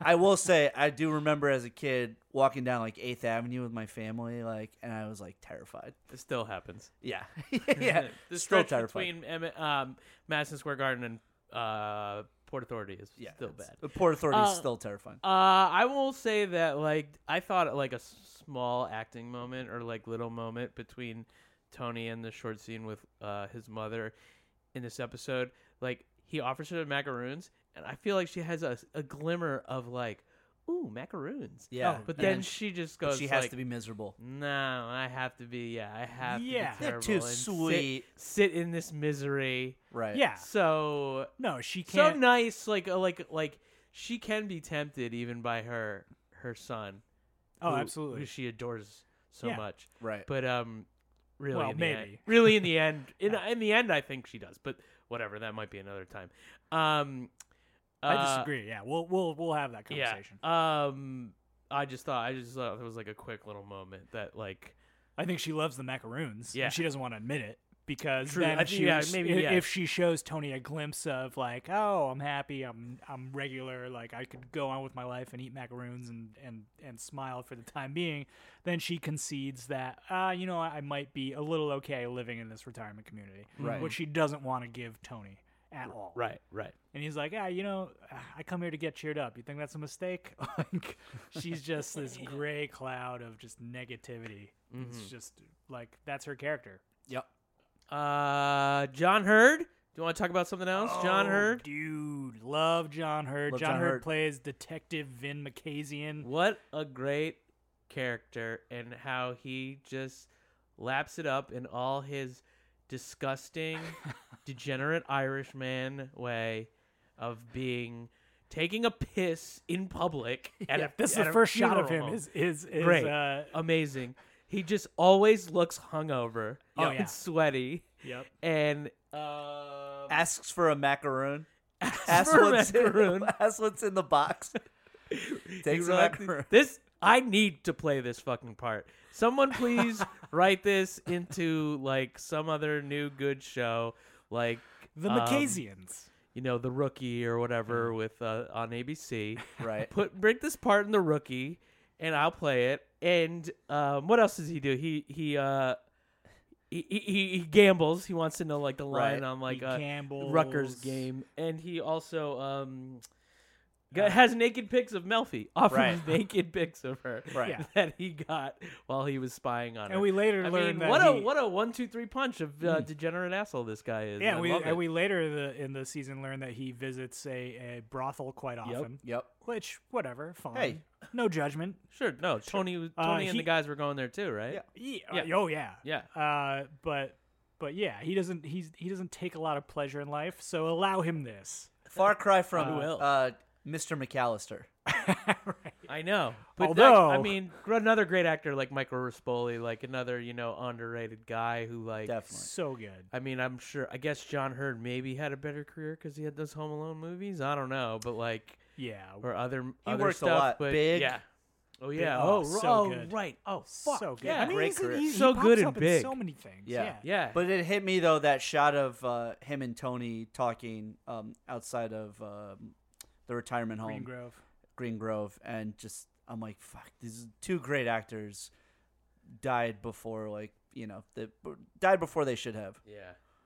Speaker 2: I will say, I do remember as a kid walking down like Eighth Avenue with my family, like, and I was like terrified.
Speaker 3: It still happens.
Speaker 2: Yeah, *laughs* yeah,
Speaker 3: *laughs*
Speaker 2: still
Speaker 3: the stretch
Speaker 2: terrified.
Speaker 3: between Em- um, Madison Square Garden and uh, Port Authority is
Speaker 2: yeah,
Speaker 3: still
Speaker 2: it's-
Speaker 3: bad.
Speaker 2: The Port Authority is
Speaker 3: Uh,
Speaker 2: still terrifying.
Speaker 3: Uh, I will say that like I thought like a small acting moment or like little moment between Tony and the short scene with uh, his mother in this episode. Like he offers her macaroons, and I feel like she has a, a glimmer of like, ooh macaroons.
Speaker 2: Yeah,
Speaker 3: Oh, but
Speaker 2: and
Speaker 3: then she just
Speaker 2: but
Speaker 3: goes.
Speaker 2: she has
Speaker 3: like,
Speaker 2: to be miserable.
Speaker 3: No, I have to be. Yeah, I have
Speaker 4: Yeah.
Speaker 3: to be
Speaker 2: They're
Speaker 3: terrible.
Speaker 2: too
Speaker 3: and sit-
Speaker 2: sweet.
Speaker 3: Sit, in this misery.
Speaker 2: Right.
Speaker 4: Yeah.
Speaker 3: So
Speaker 4: No, she
Speaker 3: so
Speaker 4: can't.
Speaker 3: nice. Like uh, like like she can be tempted even by her her son.
Speaker 4: oh,
Speaker 3: who-
Speaker 4: absolutely.
Speaker 3: Who she adores so
Speaker 4: Yeah.
Speaker 3: much.
Speaker 2: Right.
Speaker 3: But um, really,
Speaker 4: Well,
Speaker 3: in the End,
Speaker 4: maybe.
Speaker 3: *laughs* really in the
Speaker 4: *laughs*
Speaker 3: end, in in the end, I think she does. But whatever, that might be another time. Um,
Speaker 4: I
Speaker 3: uh,
Speaker 4: disagree. Yeah, we'll we'll we'll have that
Speaker 3: Yeah.
Speaker 4: conversation.
Speaker 3: Um, I just thought I just thought it was like a quick little moment that like
Speaker 4: I think she loves the macaroons. and
Speaker 3: Yeah.
Speaker 4: she doesn't want to admit it. because
Speaker 3: True.
Speaker 4: then
Speaker 3: I
Speaker 4: if
Speaker 3: think,
Speaker 4: she
Speaker 3: yeah,
Speaker 4: was-
Speaker 3: maybe,
Speaker 4: i-
Speaker 3: yeah.
Speaker 4: if she shows Tony a glimpse of like, oh, I'm happy, I'm I'm regular, like I could go on with my life and eat macaroons and and and smile for the time being, then she concedes that, uh, you know, I might be a little okay living in this retirement community,
Speaker 2: Right.
Speaker 4: which she doesn't want to give Tony at all.
Speaker 3: Right, right.
Speaker 4: And he's like, ah, you know, I come here to get cheered up. You think that's a mistake? *laughs* like, she's
Speaker 3: *laughs*
Speaker 4: just this gray cloud of just negativity.
Speaker 3: Mm-hmm.
Speaker 4: It's just like that's her character.
Speaker 2: Yep.
Speaker 3: Uh, John Hurd. Do you want to talk about something else? John
Speaker 4: Oh,
Speaker 3: Hurd.
Speaker 4: dude, love John Hurd.
Speaker 2: Love
Speaker 4: John,
Speaker 2: John
Speaker 4: Hurd,
Speaker 2: Hurd.
Speaker 4: plays Detective Vin McCazian.
Speaker 3: What a great character and how he just laps it up in all his
Speaker 4: *laughs*
Speaker 3: disgusting, degenerate Irishman way of being taking a piss in
Speaker 4: *laughs*
Speaker 3: public. At a,
Speaker 4: this is
Speaker 3: at
Speaker 4: the
Speaker 3: a
Speaker 4: first shot of
Speaker 3: funeral
Speaker 4: him.
Speaker 3: home.
Speaker 4: Is is is
Speaker 3: great,
Speaker 4: uh,
Speaker 3: amazing. He just always looks hungover.
Speaker 4: Oh,
Speaker 3: and
Speaker 4: yeah.
Speaker 3: sweaty.
Speaker 4: Yep.
Speaker 3: And uh,
Speaker 2: Asks for a
Speaker 3: *laughs*
Speaker 2: macaroon. Asks
Speaker 3: for a
Speaker 2: what's
Speaker 3: macaroon.
Speaker 2: In, *laughs* asks what's in the
Speaker 3: *laughs*
Speaker 2: box. Takes a
Speaker 3: Exactly.
Speaker 2: macaroon.
Speaker 3: This I need to play this fucking part. Someone please write this into like some other new good show, like
Speaker 4: the
Speaker 3: um,
Speaker 4: McCazians.
Speaker 3: you know, the rookie or whatever with uh, on ABC.
Speaker 2: Right.
Speaker 3: Put break this part in the rookie, and I'll play it. And um, what else does he do? He he uh. He, he, he gambles. He wants to know like the
Speaker 2: Right.
Speaker 3: line on like uh,
Speaker 4: He
Speaker 3: a
Speaker 4: gambles.
Speaker 3: Rutgers game, and he also um g- has naked pics of Melfi. Offers
Speaker 2: Uh, Right.
Speaker 3: naked pics of her
Speaker 2: *laughs* Right.
Speaker 4: Yeah.
Speaker 3: *laughs* that he got while he was spying on her.
Speaker 4: And we later
Speaker 3: I
Speaker 4: learn
Speaker 3: mean,
Speaker 4: that
Speaker 3: what a
Speaker 4: he-
Speaker 3: what a one two three punch of uh,
Speaker 2: Hmm.
Speaker 3: degenerate asshole this guy is.
Speaker 4: Yeah,
Speaker 3: I
Speaker 4: and we
Speaker 3: love it.
Speaker 4: and we later in the, in the season learn that he visits a, a brothel quite often.
Speaker 2: Yep.
Speaker 4: Which, whatever, fine.
Speaker 2: Hey.
Speaker 4: No judgment.
Speaker 3: Sure. No, Tony. was-
Speaker 4: Uh,
Speaker 3: Tony and
Speaker 4: he-
Speaker 3: the guys were going there too, right?
Speaker 2: Yeah.
Speaker 4: Yeah.
Speaker 3: Yeah.
Speaker 4: Oh yeah.
Speaker 3: Yeah.
Speaker 4: Uh, but but yeah, he doesn't he's he doesn't take a lot of pleasure in life, so allow
Speaker 2: *laughs*
Speaker 4: him this.
Speaker 2: Far cry from
Speaker 3: Who
Speaker 2: uh,
Speaker 3: else?
Speaker 2: Mr. McAllister.
Speaker 3: I know. But
Speaker 4: Although-
Speaker 3: that, I mean, gr- another great actor like Michael Rispoli, like another you know underrated guy who like.
Speaker 2: Definitely.
Speaker 4: So good.
Speaker 3: I mean, I'm sure. I guess John Hurd maybe had a better career because he had those Home Alone movies. I don't know, but like
Speaker 4: Yeah.
Speaker 3: or other
Speaker 2: He
Speaker 3: other
Speaker 2: worked a
Speaker 3: stuff.
Speaker 2: lot.
Speaker 3: But
Speaker 2: Big.
Speaker 3: yeah. Oh yeah. Oh,
Speaker 4: Oh,
Speaker 3: ro-
Speaker 4: so
Speaker 3: oh,
Speaker 4: good.
Speaker 3: right. Oh fuck.
Speaker 4: So good.
Speaker 3: Yeah.
Speaker 4: I mean,
Speaker 2: Great
Speaker 4: he's, in-
Speaker 2: career.
Speaker 4: he's- he
Speaker 3: So
Speaker 4: pops
Speaker 3: good and
Speaker 4: up in
Speaker 3: big.
Speaker 4: so many things.
Speaker 2: Yeah.
Speaker 4: Yeah.
Speaker 3: yeah.
Speaker 2: But it hit me though that shot of uh, him and Tony talking um, outside of um, the retirement home,
Speaker 4: Green Grove.
Speaker 2: Green Grove, and just I'm like, fuck, these are two great actors died before, like you know, they died before they should have.
Speaker 3: yeah.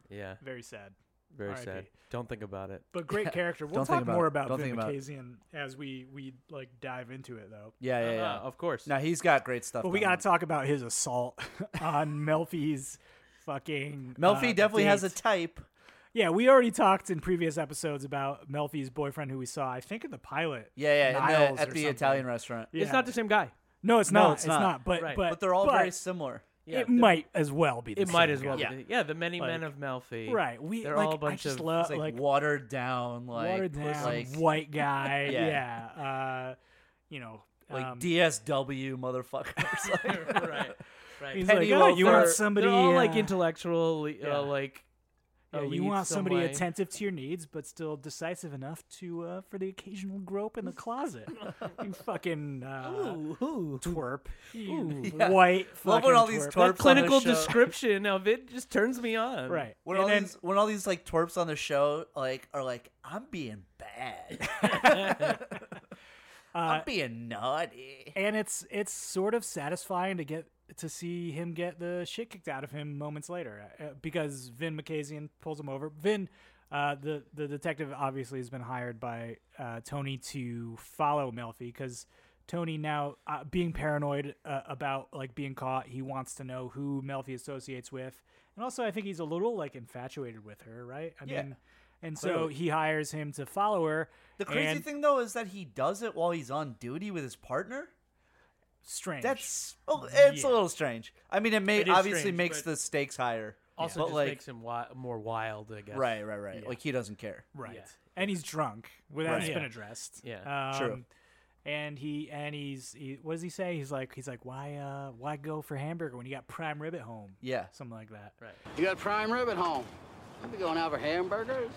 Speaker 3: Yeah.
Speaker 4: Very sad.
Speaker 3: Very
Speaker 4: R.I.P.
Speaker 3: sad. Don't think about it.
Speaker 2: *laughs*
Speaker 4: But great character. We'll
Speaker 2: Don't think
Speaker 4: talk
Speaker 2: about
Speaker 4: more
Speaker 2: it.
Speaker 4: about
Speaker 2: Don't
Speaker 4: Vin
Speaker 2: think about it.
Speaker 4: McCazian as we we like dive into it though.
Speaker 2: Yeah, yeah, yeah.
Speaker 4: uh,
Speaker 3: Uh-huh, of course.
Speaker 2: Now he's got great stuff.
Speaker 4: But we
Speaker 2: going
Speaker 4: got
Speaker 2: on.
Speaker 4: to talk about his assault *laughs* on Melfi's fucking.
Speaker 2: Melfi
Speaker 4: uh,
Speaker 2: definitely has a
Speaker 4: date.
Speaker 2: type.
Speaker 4: yeah, we already talked in previous episodes about Melfi's boyfriend who we saw, I think, in the pilot.
Speaker 2: Yeah, yeah. in
Speaker 4: Niles
Speaker 2: the, at
Speaker 4: or
Speaker 2: the
Speaker 4: something.
Speaker 2: Italian restaurant.
Speaker 3: It's not the same guy.
Speaker 4: No, it's
Speaker 2: No,
Speaker 4: not.
Speaker 2: it's
Speaker 4: it's,
Speaker 2: not.
Speaker 4: not. But,
Speaker 3: Right.
Speaker 4: but
Speaker 2: But they're all
Speaker 4: but
Speaker 2: very similar.
Speaker 3: Yeah,
Speaker 4: it
Speaker 3: they're-
Speaker 4: might as well be. The
Speaker 3: It might
Speaker 4: same
Speaker 3: as well.
Speaker 4: guy.
Speaker 3: Be. Yeah, the many men
Speaker 4: Like-
Speaker 3: of Melfi.
Speaker 4: Right. We
Speaker 3: They're
Speaker 4: like,
Speaker 3: all a
Speaker 4: I
Speaker 3: bunch
Speaker 4: just
Speaker 3: of.
Speaker 4: love
Speaker 2: It's like,
Speaker 4: uh, like,
Speaker 2: watered down, like
Speaker 4: watered down
Speaker 2: like
Speaker 4: *laughs*
Speaker 3: *laughs*
Speaker 4: white guy.
Speaker 2: Yeah.
Speaker 4: yeah. Uh, you know,
Speaker 2: like
Speaker 4: um,
Speaker 2: DSW *laughs* motherfuckers. like,
Speaker 3: right. Right.
Speaker 4: He's
Speaker 2: Penny
Speaker 4: like, oh, you want
Speaker 2: Loafer.
Speaker 4: somebody
Speaker 3: They're all like
Speaker 4: uh,
Speaker 3: intellectual, uh,
Speaker 4: yeah.
Speaker 3: like.
Speaker 2: Oh,
Speaker 4: Yeah,
Speaker 3: elite
Speaker 4: you want
Speaker 3: some
Speaker 4: somebody
Speaker 3: way.
Speaker 4: attentive to your needs, but still decisive enough to uh, for the occasional grope in the
Speaker 2: *laughs*
Speaker 4: closet. you fucking uh, twerp, You white.
Speaker 2: Love when
Speaker 4: fucking
Speaker 2: all these
Speaker 4: twerp.
Speaker 2: twerps on
Speaker 3: That
Speaker 2: the
Speaker 3: clinical
Speaker 2: show.
Speaker 3: description of it just turns me on.
Speaker 4: right?
Speaker 2: When
Speaker 4: and
Speaker 2: all
Speaker 4: then
Speaker 2: these when all these like twerps on the show like are like, I'm being *laughs* bad. I'm being naughty.
Speaker 4: and it's it's sort of satisfying to get to see him get the shit kicked out of him moments later uh, because Vin McCazian pulls him over. Vin, uh, the the detective, obviously has been hired by uh, Tony to follow Melfi because Tony now uh, being paranoid uh, about like being caught, he wants to know who Melfi associates with, and also I think he's a little like infatuated with her, right? I
Speaker 2: Yeah.
Speaker 4: mean, and
Speaker 2: Clearly.
Speaker 4: so he hires him to follow her.
Speaker 2: The crazy
Speaker 4: and-
Speaker 2: thing though is that he does it while he's on duty with his partner.
Speaker 4: strange.
Speaker 2: That's oh, it's a
Speaker 4: Yeah.
Speaker 2: little strange. I mean, it may
Speaker 3: It is
Speaker 2: obviously
Speaker 3: strange,
Speaker 2: makes
Speaker 3: but-
Speaker 2: the stakes higher.
Speaker 3: Also,
Speaker 2: but
Speaker 3: just
Speaker 2: like
Speaker 3: makes him wi- more wild, I guess.
Speaker 2: right, right, right. Like he doesn't care.
Speaker 4: Right. And he's drunk without
Speaker 2: Right.
Speaker 4: he's
Speaker 3: Yeah.
Speaker 4: been addressed.
Speaker 3: Yeah.
Speaker 4: Um,
Speaker 2: True.
Speaker 4: And he and he's he, what does he say? He's like he's like why uh why go for hamburger when you got prime rib at home?
Speaker 2: Yeah.
Speaker 4: Something like that.
Speaker 3: Right.
Speaker 5: You got prime rib at home. I'll be going out for hamburgers.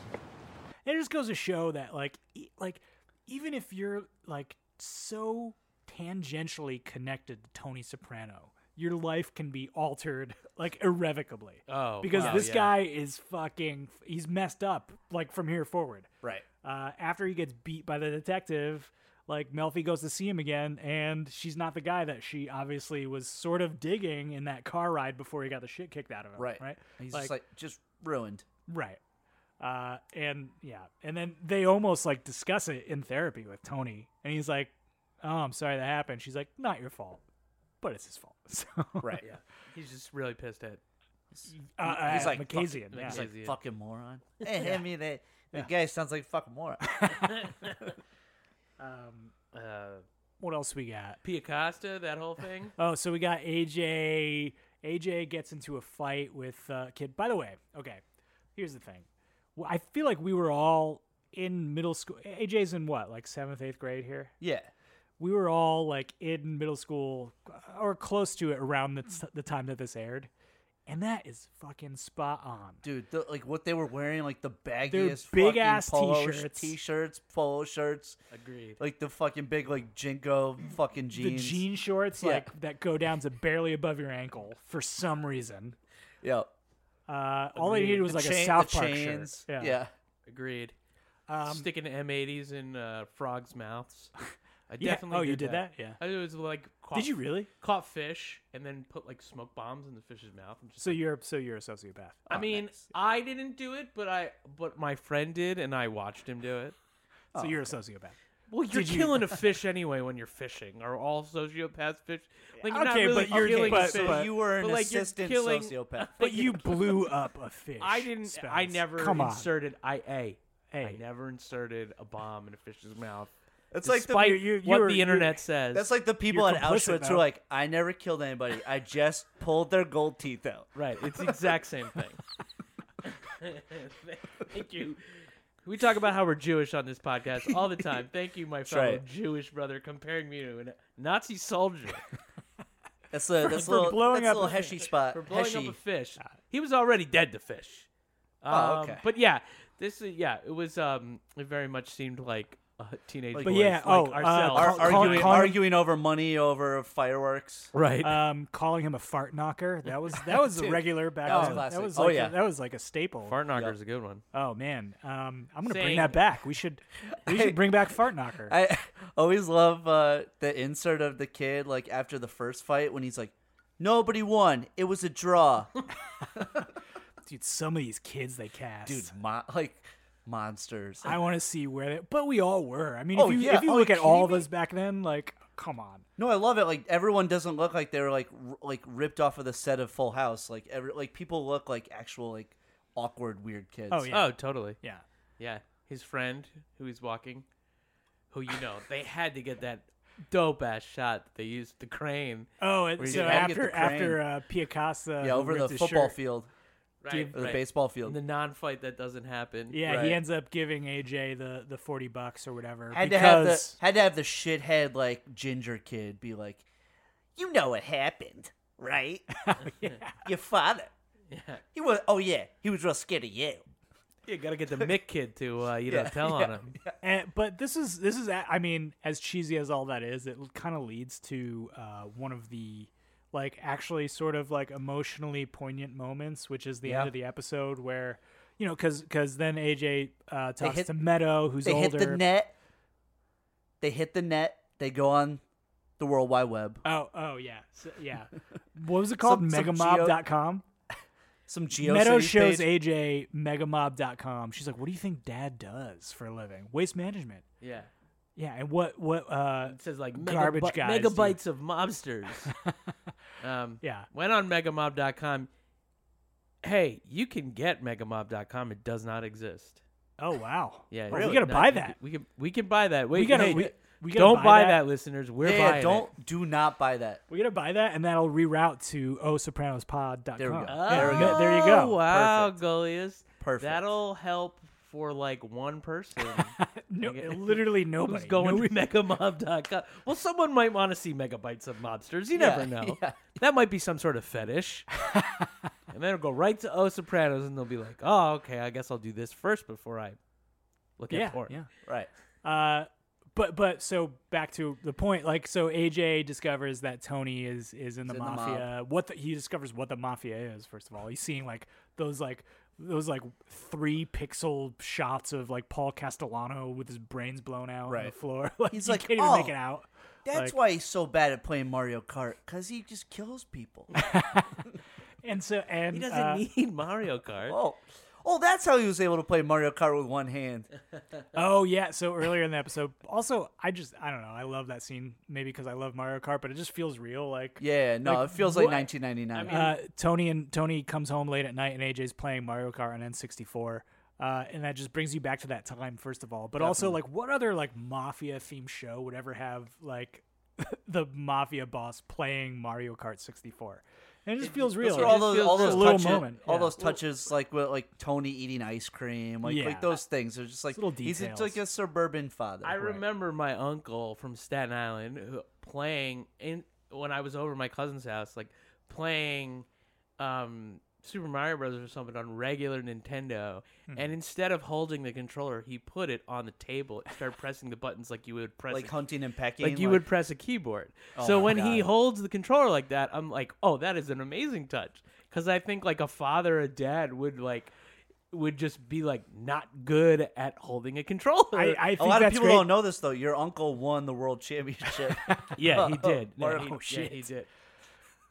Speaker 4: It just goes to show that like e- like even if you're like so tangentially connected to Tony Soprano, your life can be altered *laughs* like irrevocably.
Speaker 3: Oh,
Speaker 4: because
Speaker 3: wow,
Speaker 4: this
Speaker 3: yeah.
Speaker 4: guy is fucking he's messed up like from here forward.
Speaker 2: Right.
Speaker 4: Uh, after he gets beat by the detective, like Melfi goes to see him again, and she's not the guy that she obviously was sort of digging in that car ride before he got the shit kicked out of him.
Speaker 2: Right.
Speaker 4: Right.
Speaker 2: He's just like just ruined.
Speaker 4: Right. Uh, and yeah, and then they almost like discuss it in therapy with Tony, and he's like, "Oh, I'm sorry that happened." She's like, "Not your fault, but it's his fault." *laughs* So
Speaker 2: Right.
Speaker 3: Yeah. He's just really pissed at.
Speaker 4: uh, uh,
Speaker 2: He's like,
Speaker 4: Macasian,
Speaker 2: fuck-
Speaker 4: yeah.
Speaker 2: He's
Speaker 3: Yeah.
Speaker 2: like fucking moron.
Speaker 3: *laughs*
Speaker 2: I mean, that the guy sounds like a fucking moron. *laughs*
Speaker 4: Um,
Speaker 3: Uh,
Speaker 4: what else we got?
Speaker 3: Pia Costa, that whole thing.
Speaker 4: Oh, so we got AJ. AJ gets into a fight with uh, Kid. By the way, okay, here's the thing. Well, I feel like we were all in middle school. AJ's in what, like seventh, eighth grade here?
Speaker 2: yeah.
Speaker 4: we were all like in middle school or close to it around the, t- the time that this aired and that is fucking spot on
Speaker 2: Dude, the, like what they were wearing, like the baggiest
Speaker 4: big
Speaker 2: fucking
Speaker 4: ass
Speaker 2: polo
Speaker 4: t-shirts.
Speaker 2: t-shirts, polo shirts,
Speaker 3: Agreed.
Speaker 2: like the fucking big like jinko fucking
Speaker 4: the
Speaker 2: jeans.
Speaker 4: jean shorts
Speaker 2: Yeah.
Speaker 4: like that go down to barely above your ankle for some reason
Speaker 2: Yeah,
Speaker 4: uh, all they needed was
Speaker 2: The
Speaker 4: like
Speaker 2: chain-
Speaker 4: a
Speaker 2: the
Speaker 4: south park shirt
Speaker 2: chains.
Speaker 4: yeah,
Speaker 2: yeah.
Speaker 3: Agreed.
Speaker 4: Um,
Speaker 3: Sticking M80s in uh, frogs' mouths. I
Speaker 4: *laughs* Yeah.
Speaker 3: definitely.
Speaker 4: Oh,
Speaker 3: did
Speaker 4: you did that? Yeah.
Speaker 3: I was like. Caught,
Speaker 4: did you really
Speaker 3: caught fish and then put like smoke bombs in the fish's mouth? And just,
Speaker 4: so oh, you're so you're a sociopath
Speaker 3: I mean, I didn't do it, but I but my friend did, and I watched him do it.
Speaker 2: Oh,
Speaker 4: so you're a sociopath
Speaker 3: Well, you're
Speaker 4: Did you- *laughs*
Speaker 3: killing a fish anyway when you're fishing. Are all sociopaths fish? Like, you're not
Speaker 4: Okay,
Speaker 3: really
Speaker 4: but you're-
Speaker 3: killing a
Speaker 4: but-
Speaker 3: fish.
Speaker 2: so
Speaker 4: but-
Speaker 2: you were an
Speaker 3: but, like, you're
Speaker 2: assistant
Speaker 3: killing- *laughs*
Speaker 2: sociopath.
Speaker 4: but you blew up a fish
Speaker 3: I didn't. I
Speaker 4: Spence.
Speaker 3: never
Speaker 4: come on
Speaker 3: inserted. I a. I
Speaker 4: Hey.
Speaker 3: never inserted a bomb in a fish's mouth.
Speaker 2: It's like
Speaker 3: despite
Speaker 2: the,
Speaker 4: you- you- you
Speaker 3: what
Speaker 4: were-
Speaker 3: the
Speaker 4: you-
Speaker 3: internet says.
Speaker 2: that's like the people
Speaker 4: You're
Speaker 2: at
Speaker 4: complicit,
Speaker 2: Auschwitz who
Speaker 4: though.
Speaker 2: are like, I never killed anybody. I just pulled their gold teeth out.
Speaker 3: right. It's the exact same thing.
Speaker 2: *laughs*
Speaker 3: Thank you. We talk about how we're Jewish on this podcast all the time. Thank you, my fellow
Speaker 2: right.
Speaker 3: Jewish brother, comparing me to a Nazi soldier
Speaker 2: That's a that's a
Speaker 4: for
Speaker 2: little
Speaker 4: blowing
Speaker 2: that's
Speaker 4: up
Speaker 2: a little
Speaker 4: a-
Speaker 2: heshy spot.
Speaker 3: for blowing
Speaker 2: heshy.
Speaker 3: up a fish. He was already dead to fish.
Speaker 2: Oh,
Speaker 3: Um,
Speaker 2: okay.
Speaker 3: But yeah, this is yeah. It was um. It very much seemed like a teenage.
Speaker 2: Like-
Speaker 4: but
Speaker 3: boys,
Speaker 4: yeah
Speaker 3: like
Speaker 4: oh
Speaker 3: ourselves.
Speaker 4: uh,
Speaker 2: Ar- Uh,
Speaker 4: call- call-
Speaker 2: arguing
Speaker 4: call-
Speaker 2: arguing over money over fireworks.
Speaker 3: right.
Speaker 4: um, calling him a fart knocker. That was
Speaker 3: *laughs*
Speaker 4: that was a regular back.
Speaker 2: that was
Speaker 4: then.
Speaker 2: classic.
Speaker 4: That was
Speaker 2: Oh,
Speaker 4: like a-
Speaker 2: yeah.
Speaker 4: that was like a staple.
Speaker 3: Fart knocker is a good one.
Speaker 4: Oh man, um, I'm gonna bring
Speaker 3: Saying-
Speaker 4: that back. We should
Speaker 2: *laughs*
Speaker 4: we should bring back fart knocker.
Speaker 2: I *laughs* always love uh, the insert of the kid like after the first fight when he's like, "Nobody won. It was a
Speaker 4: *laughs*
Speaker 2: draw."
Speaker 4: Dude, some of these kids they cast.
Speaker 2: Dude, mon- like monsters.
Speaker 4: I want to see where they. But we all were. I mean,
Speaker 2: Oh,
Speaker 4: if you
Speaker 2: yeah.
Speaker 4: if you
Speaker 2: Are
Speaker 4: look
Speaker 2: you
Speaker 4: at all
Speaker 2: kidding me?
Speaker 4: those back then, like, come on.
Speaker 2: no, I love it. Like everyone doesn't look like they're like r- like ripped off of the set of Full House. Like every like people look like actual like awkward weird kids.
Speaker 4: Oh yeah,
Speaker 3: Oh, totally.
Speaker 4: yeah.
Speaker 3: Yeah, his friend who he's walking, who you know, they had to get that dope ass shot. That they used the crane.
Speaker 4: Oh, and
Speaker 2: Where you
Speaker 4: so
Speaker 2: had to get
Speaker 4: after
Speaker 2: the crane.
Speaker 4: after uh, Piacasa,
Speaker 2: Yeah, over the football field
Speaker 3: Right,
Speaker 2: or the baseball
Speaker 3: In
Speaker 2: field.
Speaker 3: the non-fight that doesn't happen.
Speaker 4: Yeah,
Speaker 2: Right.
Speaker 4: he ends up giving AJ the the forty bucks or whatever.
Speaker 2: had to
Speaker 4: because,
Speaker 2: have the had to have the shithead like ginger kid be like, "You know what happened, right?
Speaker 4: *laughs* Oh,
Speaker 2: Your father."
Speaker 3: yeah,
Speaker 2: He was. Oh yeah, he was real scared of you.
Speaker 3: you gotta get the Mick kid to uh, you know
Speaker 4: *laughs*
Speaker 2: Yeah,
Speaker 3: tell on him.
Speaker 4: And, but this is this is a- I mean, as cheesy as all that is, it kind of leads to uh, one of the like actually sort of like emotionally poignant moments, which is the
Speaker 2: Yeah.
Speaker 4: end of the episode where you know because because then AJ uh, talks
Speaker 2: hit-
Speaker 4: to Meadow, who's
Speaker 2: They
Speaker 4: older.
Speaker 2: hit the net. They hit the net. They go on the World Wide Web.
Speaker 4: Oh, oh yeah, so, yeah. What
Speaker 2: *laughs*
Speaker 4: was it called?
Speaker 2: Some- some
Speaker 4: Megamob.com.
Speaker 2: Some geo
Speaker 4: Meadow shows
Speaker 2: page.
Speaker 4: AJ Megamob.com. She's like, "What do you think Dad does for a living? Waste management."
Speaker 3: Yeah,
Speaker 4: Yeah, and what what uh
Speaker 3: it says like
Speaker 4: Garbage
Speaker 3: megabi-
Speaker 4: guys do.
Speaker 3: megabytes of
Speaker 4: *laughs*
Speaker 3: mobsters. um,
Speaker 4: Yeah.
Speaker 3: went on megamob.com. Hey, you can get megamob.com. It does not exist.
Speaker 4: *laughs* oh wow
Speaker 3: Yeah,
Speaker 4: Oh,
Speaker 3: it's
Speaker 4: we gotta
Speaker 3: not-
Speaker 4: buy that.
Speaker 3: We can we can buy that. Wait,
Speaker 4: We gotta-
Speaker 3: hey,
Speaker 4: we- we gotta
Speaker 3: don't
Speaker 4: buy
Speaker 3: buy
Speaker 4: that.
Speaker 3: that. listeners. We're
Speaker 2: Yeah,
Speaker 3: buying
Speaker 2: don't do not buy that.
Speaker 4: We're gonna buy that, and that'll reroute to osopranospod.com.
Speaker 2: There we go.
Speaker 3: It.
Speaker 2: There we go.
Speaker 4: Yeah, There you go.
Speaker 3: Oh, Wow,
Speaker 2: Perfect.
Speaker 3: Goliath.
Speaker 2: Perfect.
Speaker 3: That'll help for like one
Speaker 4: *laughs*
Speaker 3: person
Speaker 4: No,
Speaker 3: Okay.
Speaker 4: literally nobody.
Speaker 3: who's going
Speaker 4: Nobody-
Speaker 3: to megamob.com. Well, someone might want to see megabytes of mobsters. You never know. That might be some sort of
Speaker 4: *laughs*
Speaker 3: fetish. and then it'll go right to O Sopranos, and they'll be like, "Oh, okay, I guess I'll do this first before I look
Speaker 4: yeah,
Speaker 3: at porn."
Speaker 4: yeah.
Speaker 2: Right.
Speaker 4: Uh, but but so back to the point like so aj discovers that tony is is in the
Speaker 2: in the mob.
Speaker 4: mafia what the, he discovers what the mafia is first of all he's seeing like those like those like three pixel shots of like paul castellano with his brains blown out on the
Speaker 2: Right.
Speaker 4: floor *laughs* like
Speaker 2: He's
Speaker 4: you
Speaker 2: like,
Speaker 4: can't even make
Speaker 2: "Oh,
Speaker 4: it out
Speaker 2: That's
Speaker 4: Like-
Speaker 2: why he's so bad at playing Mario Kart, because he just kills
Speaker 4: *laughs*
Speaker 2: people.
Speaker 4: and so and
Speaker 3: He doesn't
Speaker 4: uh,
Speaker 3: need *laughs* Mario Kart.
Speaker 2: oh. Oh, that's how he was able to play Mario Kart with one hand.
Speaker 4: Oh yeah, so earlier in the episode. Also, I just I don't know. I love that scene maybe because I love Mario Kart, but it just feels real. Like
Speaker 2: Yeah, no,
Speaker 4: Like,
Speaker 2: it feels
Speaker 4: what-
Speaker 2: like 1999.
Speaker 4: uh, Tony and Tony comes home late at night, and AJ's playing Mario Kart on N64. Uh, and that just brings you back to that time, first of all. But also, like, what other like mafia themed show would ever have like *laughs* the mafia boss playing Mario Kart 64? And it just feels real.
Speaker 2: Those are
Speaker 4: It
Speaker 2: all
Speaker 4: just
Speaker 2: those,
Speaker 4: feels
Speaker 2: all
Speaker 4: just
Speaker 2: those
Speaker 4: a little
Speaker 2: touches,
Speaker 4: moment.
Speaker 2: all
Speaker 4: Yeah.
Speaker 2: those touches, like with like Tony eating ice cream, like
Speaker 4: Yeah.
Speaker 2: like those things. They're just like
Speaker 4: little
Speaker 2: he's just like a
Speaker 4: details.
Speaker 2: suburban father.
Speaker 3: I remember my uncle from Staten Island who- playing in when I was over at my cousin's house, like playing um, Super Mario Bros. or something on regular Nintendo.
Speaker 2: Hmm.
Speaker 3: And instead of holding the controller, he put it on the table and started pressing the buttons like you would press
Speaker 2: like
Speaker 3: a-
Speaker 2: hunting and pecking.
Speaker 3: like you would press a keyboard.
Speaker 2: Oh
Speaker 3: so
Speaker 2: my
Speaker 3: when he
Speaker 2: God.
Speaker 3: holds the controller like that, I'm like, oh, that is an amazing touch. Because I think like a father or dad would like would just be like not good at holding a controller.
Speaker 4: I, I think
Speaker 2: a lot of
Speaker 4: that's
Speaker 2: people
Speaker 4: great.
Speaker 2: don't know this though. Your uncle won the world
Speaker 4: *laughs*
Speaker 2: championship.
Speaker 3: *laughs* yeah, he did. No,
Speaker 2: Mario-
Speaker 3: he,
Speaker 4: oh,
Speaker 3: yeah,
Speaker 4: shit.
Speaker 3: he did.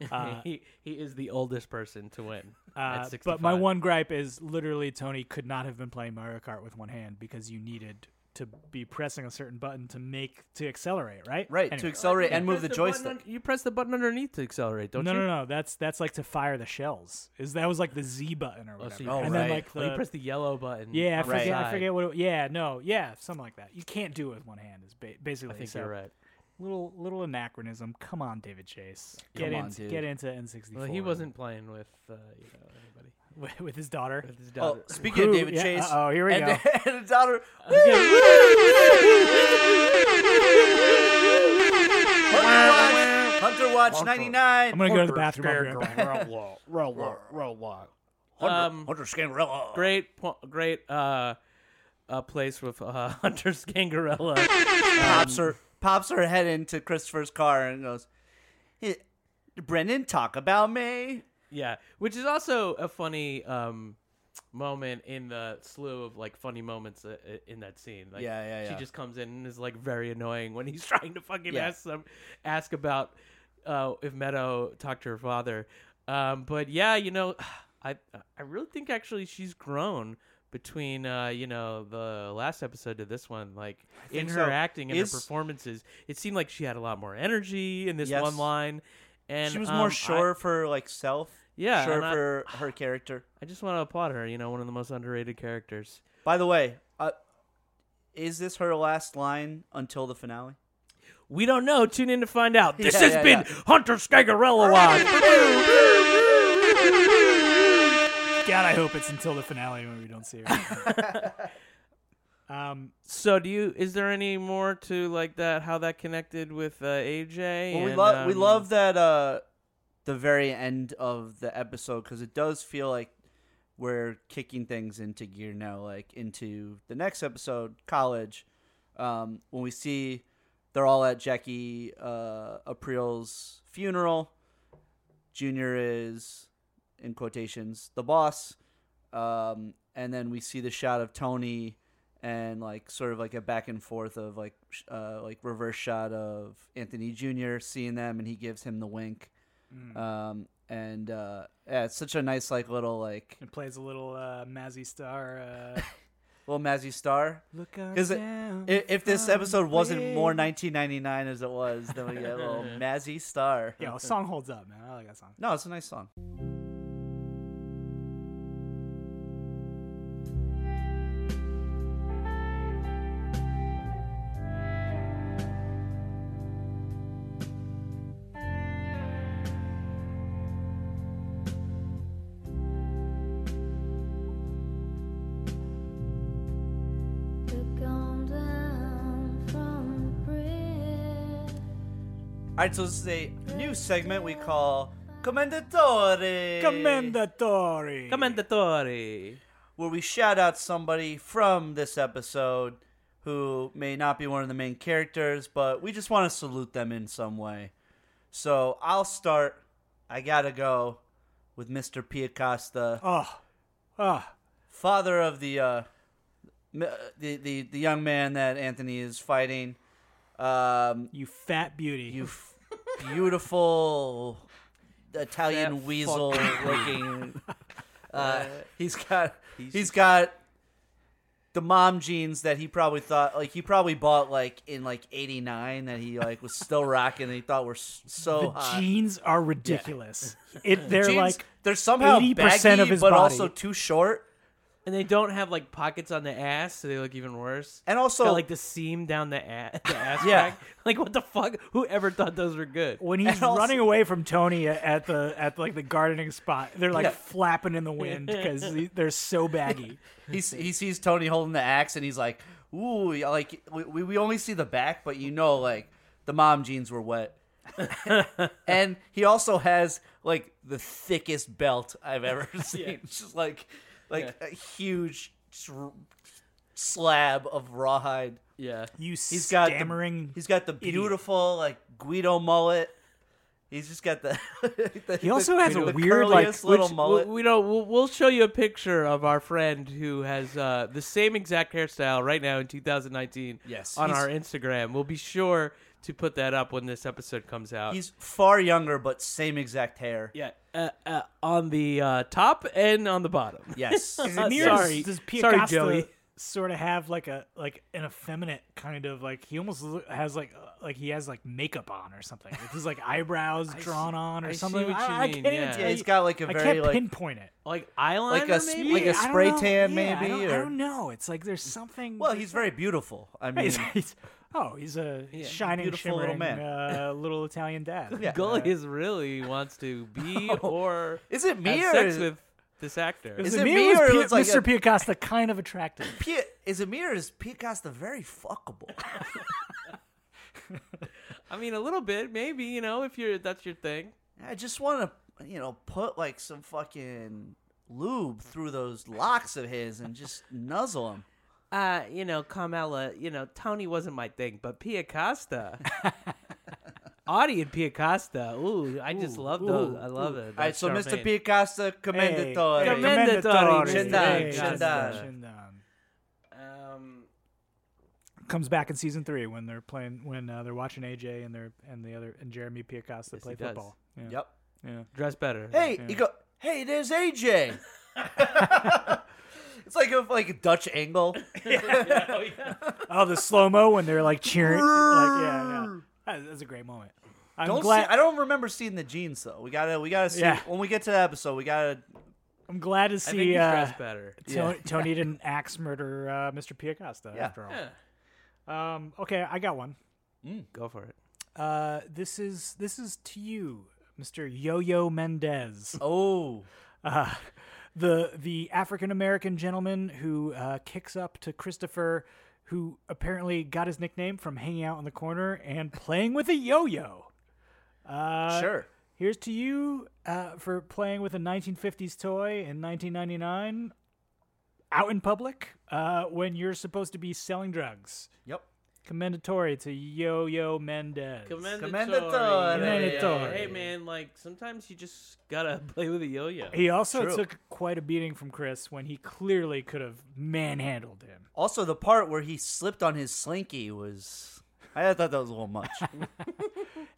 Speaker 3: *laughs* he he is the oldest person to win.
Speaker 4: Uh,
Speaker 3: at 65.
Speaker 4: but my one gripe is literally Tony could not have been playing Mario Kart with one hand because you needed to be pressing a certain button to make to accelerate, right?
Speaker 2: right to
Speaker 4: Anyway.
Speaker 2: accelerate
Speaker 3: You
Speaker 2: and move the
Speaker 3: press button
Speaker 2: joystick.
Speaker 3: un- you press the button underneath to accelerate, don't
Speaker 4: No,
Speaker 3: you?
Speaker 4: no, no. That's that's like to fire the shells. Is that was like the Z button or
Speaker 3: Oh,
Speaker 4: whatever?
Speaker 3: so you,
Speaker 2: Oh,
Speaker 3: press,
Speaker 4: and then
Speaker 2: right.
Speaker 4: like the,
Speaker 3: oh, you press the yellow button.
Speaker 4: yeah, I
Speaker 3: on the
Speaker 4: forget, I
Speaker 3: side.
Speaker 4: forget what. It, yeah, no, yeah, something like that. You can't do it with one hand. Is ba-
Speaker 3: I
Speaker 4: basically.
Speaker 3: think
Speaker 4: so
Speaker 3: you're right.
Speaker 4: Little little anachronism. Come on, David Chase. Get
Speaker 2: Come on,
Speaker 4: into
Speaker 2: dude.
Speaker 4: get into N64.
Speaker 3: Well, he wasn't playing with uh, you know anybody.
Speaker 4: with, *laughs* with his daughter.
Speaker 3: With his
Speaker 2: Oh,
Speaker 3: daughter.
Speaker 2: speaking
Speaker 4: Who-
Speaker 2: of David
Speaker 4: yeah,
Speaker 2: Chase.
Speaker 4: uh-oh, here we
Speaker 2: and,
Speaker 4: go.
Speaker 2: *laughs* And his daughter. Hunter Watch 99.
Speaker 4: *laughs* I'm gonna go to the bathroom. I'll be right back.
Speaker 3: Um,
Speaker 2: Hunter Scangarella.
Speaker 3: great, po- great uh, uh, place with uh, *laughs* Hunter Scangarella.
Speaker 2: pops her pops her head into Christopher's car and goes, "Hey, "Brendan, talk about me."
Speaker 3: yeah, which is also a funny um, moment in the slew of like funny moments uh, uh, in that scene. Like,
Speaker 2: Yeah, yeah,
Speaker 3: She
Speaker 2: yeah.
Speaker 3: just comes in and is like very annoying when he's *laughs* trying to fucking
Speaker 2: Yeah.
Speaker 3: ask some ask about uh, if Meadow talked to her father. Um, but yeah, you know, *sighs* I I really think actually she's grown between uh, you know the last episode to this one. Like in
Speaker 2: think
Speaker 3: her
Speaker 2: so.
Speaker 3: acting and
Speaker 2: Is-
Speaker 3: her performances, it seemed like she had a lot more energy in this
Speaker 2: Yes.
Speaker 3: one line. And
Speaker 2: she was
Speaker 3: um, I-
Speaker 2: more sure of her like self.
Speaker 3: Yeah,
Speaker 2: sure
Speaker 3: and
Speaker 2: of
Speaker 3: I-
Speaker 2: her her character.
Speaker 3: I just want to applaud her. You know, one of the most underrated characters.
Speaker 2: By the way, uh, is this her last line until the finale?
Speaker 3: We don't know. Tune in to
Speaker 2: *laughs*
Speaker 3: find out. This
Speaker 2: Yeah,
Speaker 3: has
Speaker 2: yeah,
Speaker 3: been
Speaker 2: yeah.
Speaker 3: Hunter Scagarello on.
Speaker 4: God, I hope it's until the finale when we don't see her.
Speaker 2: *laughs*
Speaker 4: um,
Speaker 3: so, do you? Is there any more to like that? How that connected with uh, AJ?
Speaker 2: Well, we
Speaker 3: and,
Speaker 2: love we
Speaker 3: um,
Speaker 2: love that uh, the very end of the episode because it does feel like we're kicking things into gear now, like into the next episode, college, um, when we see they're all at Jackie uh, April's funeral. Junior is in quotations the boss, um, and then we see the shot of Tony and like sort of like a back and forth of like sh- uh, like reverse shot of Anthony Jr. seeing them and he gives him the wink. Um, and uh, yeah, it's such a nice like little like
Speaker 4: it plays a little uh, Mazzy Star.
Speaker 2: *laughs*
Speaker 4: Uh,
Speaker 2: little Mazzy Star.
Speaker 4: Look on
Speaker 2: Because
Speaker 4: down
Speaker 2: if this
Speaker 4: from
Speaker 2: episode wasn't more
Speaker 4: way-
Speaker 2: 1999 as it was, then we get a little Mazzy Star.
Speaker 4: Yo, song holds up, man. I like that song.
Speaker 2: No, it's a nice song. All right, so this is a new segment we call Commendatore.
Speaker 4: Commendatore.
Speaker 3: Commendatore.
Speaker 2: Where we shout out somebody from this episode who may not be one of the main characters, but we just want to salute them in some way. So I'll start. I gotta go with Mr. Piacosta,
Speaker 4: Oh, oh,
Speaker 2: father of the uh, m- uh, the, the the young man that Anthony is fighting. Um,
Speaker 4: you fat beauty.
Speaker 2: you f- beautiful Italian
Speaker 3: That
Speaker 2: weasel
Speaker 3: fucking-
Speaker 2: *laughs* looking. Uh, he's got he's got the mom jeans that he probably thought like he probably bought like in like '89 that he like was still rocking and he thought were s- so
Speaker 4: the
Speaker 2: hot.
Speaker 4: jeans are ridiculous. It they're
Speaker 2: Jeans,
Speaker 4: like
Speaker 2: they're somehow
Speaker 4: 80%
Speaker 2: baggy,
Speaker 4: of his
Speaker 2: but
Speaker 4: body.
Speaker 2: also too short.
Speaker 3: And they don't have like pockets on the ass, so they look even worse.
Speaker 2: And also-
Speaker 3: Got, like the seam down the, a- *laughs* the ass
Speaker 2: Yeah.
Speaker 3: crack. Like what the fuck? Whoever thought those were good?
Speaker 4: when he's
Speaker 2: also-
Speaker 4: running away from Tony a- at the at like the gardening spot. They're like
Speaker 2: Yeah.
Speaker 4: flapping in
Speaker 2: *laughs*
Speaker 4: the wind because they're so baggy.
Speaker 2: He s- he sees Tony holding the axe and he's like, "Ooh, yeah, like we- we we only see the back, but you know, like the mom jeans were
Speaker 4: *laughs*
Speaker 2: wet." and he also has like the thickest belt I've ever *laughs* seen. It's just like like a huge s- slab of rawhide.
Speaker 3: Yeah.
Speaker 4: You
Speaker 2: He's got the-
Speaker 4: stammering.
Speaker 2: he's got the
Speaker 4: idiot.
Speaker 2: beautiful like Guido mullet. He's just got the. *laughs* the-
Speaker 4: He also
Speaker 2: the-
Speaker 4: has a
Speaker 2: the
Speaker 4: weird, like,
Speaker 2: curliest little
Speaker 4: which-
Speaker 2: mullet.
Speaker 3: We, we don't. We'll, we'll show you a picture of our friend who has uh, the same exact hairstyle right now in 2019.
Speaker 2: Yes.
Speaker 3: on
Speaker 2: He's-
Speaker 3: our Instagram. We'll be sure to put that up when this episode comes out.
Speaker 2: He's far younger, but same exact hair.
Speaker 3: yeah, uh, uh, on the uh, top and on the bottom.
Speaker 4: *laughs*
Speaker 2: Yes.
Speaker 3: Uh,
Speaker 4: Near-
Speaker 3: sorry,
Speaker 4: does
Speaker 3: sorry,
Speaker 4: Piacosta
Speaker 3: Joey.
Speaker 4: Sort of have like a like an effeminate kind of like he almost lo- has like uh, like he has like makeup on or something. With
Speaker 3: *laughs*
Speaker 4: his like eyebrows drawn on or
Speaker 3: I see
Speaker 4: something.
Speaker 3: what
Speaker 4: I,
Speaker 3: you
Speaker 4: I
Speaker 3: mean,
Speaker 4: can't even
Speaker 3: yeah.
Speaker 4: tell
Speaker 2: Yeah, he's
Speaker 4: you-
Speaker 2: got like a
Speaker 4: I
Speaker 2: very
Speaker 4: can't
Speaker 2: like
Speaker 4: pinpoint it.
Speaker 3: Like eyeliner,
Speaker 2: Like a sp-
Speaker 3: maybe?
Speaker 2: like a
Speaker 3: *laughs*
Speaker 4: I don't
Speaker 2: spray
Speaker 4: know.
Speaker 2: tan,
Speaker 4: Yeah, I
Speaker 2: maybe,
Speaker 4: don't, I
Speaker 2: or-
Speaker 4: don't know. It's like there's something.
Speaker 2: Well,
Speaker 4: there's
Speaker 2: he's very beautiful. I mean,
Speaker 4: *laughs* He's, he's- oh,
Speaker 2: *laughs*
Speaker 4: he's a shining,
Speaker 2: beautiful little
Speaker 4: shimmering
Speaker 2: man.
Speaker 4: Uh,
Speaker 2: *laughs*
Speaker 4: little Italian dad.
Speaker 2: Yeah.
Speaker 3: Gully is really wants to *laughs* be or
Speaker 2: is it me
Speaker 3: have
Speaker 2: or
Speaker 3: sex
Speaker 2: is,
Speaker 3: with this actor.
Speaker 2: Is
Speaker 4: Is
Speaker 2: it
Speaker 4: it me,
Speaker 2: me
Speaker 4: or
Speaker 2: or
Speaker 4: was Pi-
Speaker 2: it's like
Speaker 4: Mr.
Speaker 2: a-
Speaker 4: Piacosta kind of attractive?
Speaker 2: P- is it me or is Pete Costa very fuckable?
Speaker 3: I mean, a little bit, maybe. You know, if you're that's your thing.
Speaker 2: I just want to, you know, put like some fucking lube through those locks of his and just nuzzle him.
Speaker 3: Uh, you know, Carmela, you know, Tony wasn't my thing, but Pia *laughs* Costa. Audie and Pia Costa. Ooh, I just love those. I love it.
Speaker 2: All right, so Mr. Pete Costa,
Speaker 4: Hey,
Speaker 2: *laughs* commendatore.
Speaker 4: hey,
Speaker 3: Commend- Commendatore.
Speaker 2: Chin down,
Speaker 4: Hey,
Speaker 2: chin
Speaker 4: Chin
Speaker 2: down.
Speaker 4: down, chin down.
Speaker 3: Um,
Speaker 4: Comes back in season three when they're playing when uh, they're watching AJ and they're and the other and Jeremy Piacosta play
Speaker 3: he does.
Speaker 4: football. Yeah.
Speaker 2: Yep.
Speaker 3: dress better.
Speaker 2: Hey, you go. Hey, there's
Speaker 4: *laughs*
Speaker 2: AJ. it's like a like a Dutch angle.
Speaker 4: Oh, the slow mo when they're like cheering. like, yeah, yeah. That- That's a great moment. I'm
Speaker 2: Don't
Speaker 4: glad.
Speaker 2: see, I don't remember seeing the jeans though. We gotta we gotta see
Speaker 4: Yeah.
Speaker 2: when we get to that episode. We gotta
Speaker 4: I'm glad to
Speaker 3: I think
Speaker 4: see
Speaker 3: you
Speaker 4: uh,
Speaker 3: dress better.
Speaker 4: Tony, Tony didn't axe murder uh, Mr. Piacosta
Speaker 2: Yeah.
Speaker 4: after all. Um, okay, I got one.
Speaker 3: Go for it.
Speaker 4: Uh, this is this is to you, Mr. Yo-Yo Mendez,
Speaker 2: oh
Speaker 4: uh, the the African American gentleman who uh, kicks up to Christopher, who apparently got his nickname from hanging out in the corner and playing with a yo-yo. Uh,
Speaker 2: sure.
Speaker 4: Here's to you uh, for playing with a 1950s toy in 1999 out in public uh, when you're supposed to be selling drugs.
Speaker 2: Yep.
Speaker 4: Commendatory to Yo Yo Mendez.
Speaker 2: Commendatore.
Speaker 4: Commendatore.
Speaker 3: Hey man, like sometimes you just gotta *laughs* play with a yo-yo.
Speaker 4: He also
Speaker 2: True.
Speaker 4: took quite a beating from Chris when he clearly could have manhandled him.
Speaker 2: Also, the part where he slipped on his slinky was I thought that was a little
Speaker 3: *laughs*
Speaker 2: much.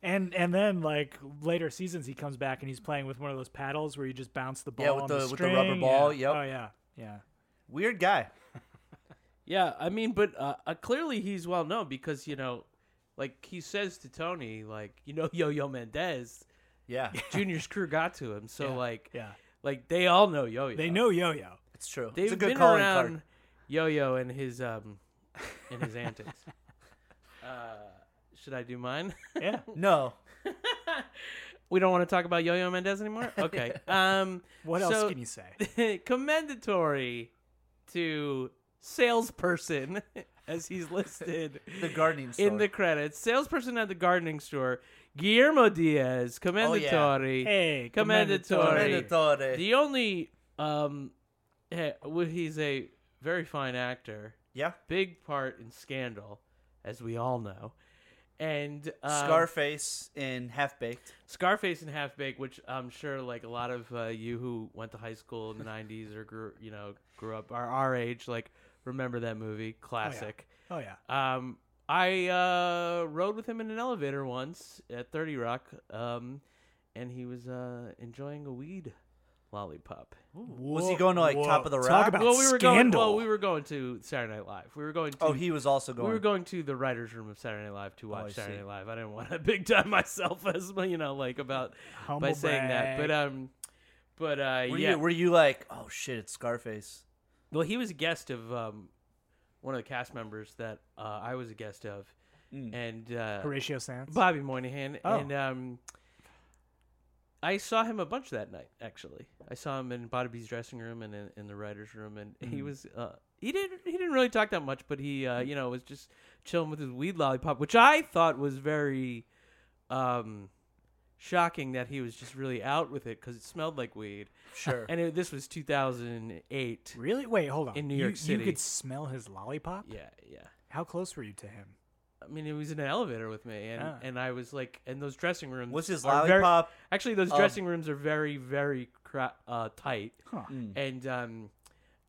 Speaker 4: And and then like later seasons, he comes back and he's playing with one of those paddles where you just bounce the ball.
Speaker 2: Yeah, with
Speaker 4: on
Speaker 2: the-
Speaker 4: the,
Speaker 2: with the rubber
Speaker 4: string.
Speaker 2: ball,
Speaker 4: Yeah.
Speaker 2: yep.
Speaker 4: Oh yeah, yeah.
Speaker 2: Weird guy.
Speaker 3: Yeah, I mean, but uh, uh, clearly he's well known because you know, like he says to Tony, like you know, Yo Yo Mendez,
Speaker 2: Yeah,
Speaker 3: Junior's crew got to him, so like,
Speaker 4: yeah.
Speaker 3: like they all know Yo Yo.
Speaker 4: They know Yo Yo.
Speaker 2: it's true.
Speaker 3: They've
Speaker 2: it's a good
Speaker 3: been
Speaker 2: calling
Speaker 3: around
Speaker 2: card.
Speaker 3: Yo Yo and his um,
Speaker 2: *laughs*
Speaker 3: and his antics. Uh, should I do mine? *laughs*
Speaker 4: Yeah.
Speaker 2: No,
Speaker 3: we don't want to talk about Yo Yo Mendez
Speaker 2: *laughs*
Speaker 3: anymore. Okay. Um,
Speaker 4: What else
Speaker 3: so-
Speaker 4: can you say?
Speaker 3: *laughs* commendatory to salesperson *laughs* as he's listed
Speaker 2: *laughs* the gardening store.
Speaker 3: in the credits. Salesperson at the gardening store, Guillermo Diaz, commendatory.
Speaker 2: Oh,
Speaker 4: Hey,
Speaker 3: *laughs* Commendatory.
Speaker 2: Commendatore.
Speaker 3: The only um, eh, well, he's a very fine actor.
Speaker 2: Yeah.
Speaker 3: big part in Scandal, as we all know, and um,
Speaker 2: Scarface in Half Baked.
Speaker 3: Scarface and Half Baked, which I'm sure like a lot of uh, you who went to high school
Speaker 2: *laughs*
Speaker 3: in the '90s or grew, you know, grew up are our age, like remember that movie, classic.
Speaker 4: Oh yeah.
Speaker 3: Um, I uh, rode with him in an elevator once at Thirty Rock, um, and he was uh, enjoying a weed lollipop.
Speaker 2: Was he going to like top of the
Speaker 4: Talk
Speaker 2: rock?
Speaker 4: about
Speaker 3: well, we were
Speaker 4: scandal.
Speaker 3: going. Well, we were going to Saturday Night Live. We were going. To,
Speaker 2: Oh, he was also
Speaker 3: We
Speaker 2: going. Oh,
Speaker 3: were going to the writers' room of Saturday Night Live to watch
Speaker 2: I
Speaker 3: Saturday
Speaker 2: see.
Speaker 3: Night Live. I didn't want to *laughs* big time myself as well, you know, like about by
Speaker 4: Humble
Speaker 3: saying that. But
Speaker 4: brag.
Speaker 3: um, but uh,
Speaker 2: Were
Speaker 3: yeah.
Speaker 2: you were you like, oh shit, it's Scarface?
Speaker 3: well, he was a guest of um, one of the cast members that uh, I was a guest of,
Speaker 2: Mm.
Speaker 3: and uh,
Speaker 4: Horatio Sands.
Speaker 3: Bobby Moynihan,
Speaker 4: Oh.
Speaker 3: and um, I saw him a bunch that night. Actually, I saw him in Bobby's dressing room and in, in the writers' room, and he
Speaker 2: Mm-hmm.
Speaker 3: was uh, he didn't he didn't really talk that much, but he uh, you know was just chilling with his weed lollipop, which I thought was very um, shocking that he was just really out with it because it smelled like weed.
Speaker 2: Sure.
Speaker 3: And it, this was 2008.
Speaker 4: really? Wait, hold on.
Speaker 3: In New
Speaker 4: You-
Speaker 3: York
Speaker 4: you
Speaker 3: City.
Speaker 4: could smell his lollipop.
Speaker 3: Yeah, yeah.
Speaker 4: How close were you to him?
Speaker 3: I mean, it was in an elevator with me, and,
Speaker 4: Ah.
Speaker 3: and I was like, and those dressing rooms.
Speaker 2: Was his
Speaker 3: are very-
Speaker 2: lollipop,
Speaker 3: actually, those
Speaker 2: um,
Speaker 3: dressing rooms are very, very cra- uh, tight,
Speaker 4: Huh.
Speaker 3: and um,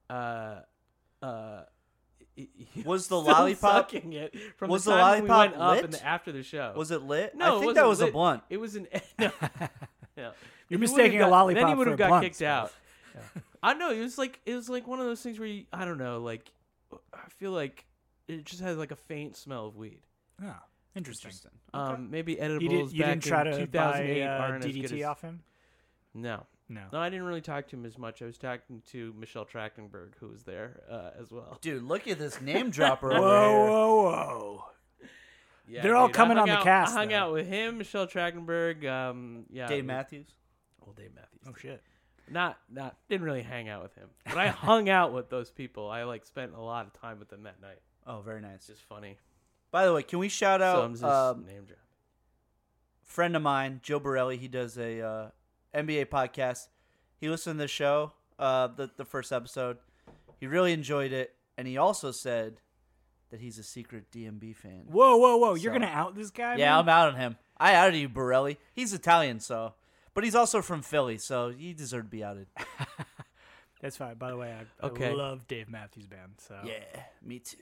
Speaker 3: uh, uh. *laughs* he- he
Speaker 2: Was
Speaker 3: *laughs*
Speaker 2: the
Speaker 3: still
Speaker 2: lollipop-
Speaker 3: sucking it from
Speaker 2: was
Speaker 3: the,
Speaker 2: the
Speaker 3: time we
Speaker 2: lollipop
Speaker 3: went up and
Speaker 2: lit?
Speaker 3: the- after the show?
Speaker 2: Was it lit?
Speaker 3: No,
Speaker 2: I
Speaker 3: it
Speaker 2: think
Speaker 3: wasn't
Speaker 2: that was a
Speaker 3: lit.
Speaker 2: blunt.
Speaker 3: It was
Speaker 2: *laughs*
Speaker 3: an. *laughs* No. no. He would've
Speaker 4: mistaking a
Speaker 3: got- Then he
Speaker 4: lollipop
Speaker 3: would
Speaker 4: for a
Speaker 3: have got
Speaker 4: blunt,
Speaker 3: kicked
Speaker 4: so-
Speaker 3: out. *laughs* I know it was like it was like one of those things where you, I don't know, like I feel like it just had like a faint smell of weed.
Speaker 4: Oh, interesting.
Speaker 3: Um, maybe
Speaker 4: You, did,
Speaker 3: edibles
Speaker 4: you
Speaker 3: back
Speaker 4: didn't try
Speaker 3: in
Speaker 4: to buy
Speaker 3: 2008
Speaker 4: uh,
Speaker 3: aren't as good
Speaker 4: DDT
Speaker 3: as-
Speaker 4: off him?
Speaker 3: No,
Speaker 4: No.
Speaker 3: no, I didn't really talk to him as much. I was talking to Michelle Trachtenberg, who was there uh, as well.
Speaker 2: Dude, look at this
Speaker 3: *laughs*
Speaker 2: name dropper
Speaker 4: Whoa,
Speaker 2: over here.
Speaker 4: whoa, whoa!
Speaker 3: Yeah,
Speaker 4: They're all
Speaker 3: dude, I
Speaker 4: coming on
Speaker 3: hung
Speaker 4: the
Speaker 3: out-
Speaker 4: cast,
Speaker 3: I hung
Speaker 4: though.
Speaker 3: out with him, Michelle Trachtenberg. Um, yeah,
Speaker 2: Dave
Speaker 3: we-
Speaker 2: Matthews.
Speaker 3: Well, Dave Matthews.
Speaker 4: Oh shit!
Speaker 3: not not didn't really hang out with him, but I hung *laughs* out with those people. I like spent a lot of time with them that night.
Speaker 2: Oh, very nice.
Speaker 3: It's just funny.
Speaker 2: By the way, can we shout
Speaker 3: so I'm
Speaker 2: out
Speaker 3: just
Speaker 2: um,
Speaker 3: name drop.
Speaker 2: friend of mine, Joe Borelli. He does a uh, NBA podcast. He listened to the show, uh, the the first episode. He really enjoyed it, and he also said that he's a secret DMB fan.
Speaker 4: Whoa, whoa, whoa! You're
Speaker 2: So-
Speaker 4: gonna out this guy?
Speaker 2: yeah,
Speaker 4: man?
Speaker 2: I'm out on him. I outed you, Borelli. He's Italian, so, but he's also from Philly, so you deserve to be outed.
Speaker 4: That's fine. By the way, I,
Speaker 3: Okay.
Speaker 4: I love Dave Matthews Band. So
Speaker 2: Yeah, me too.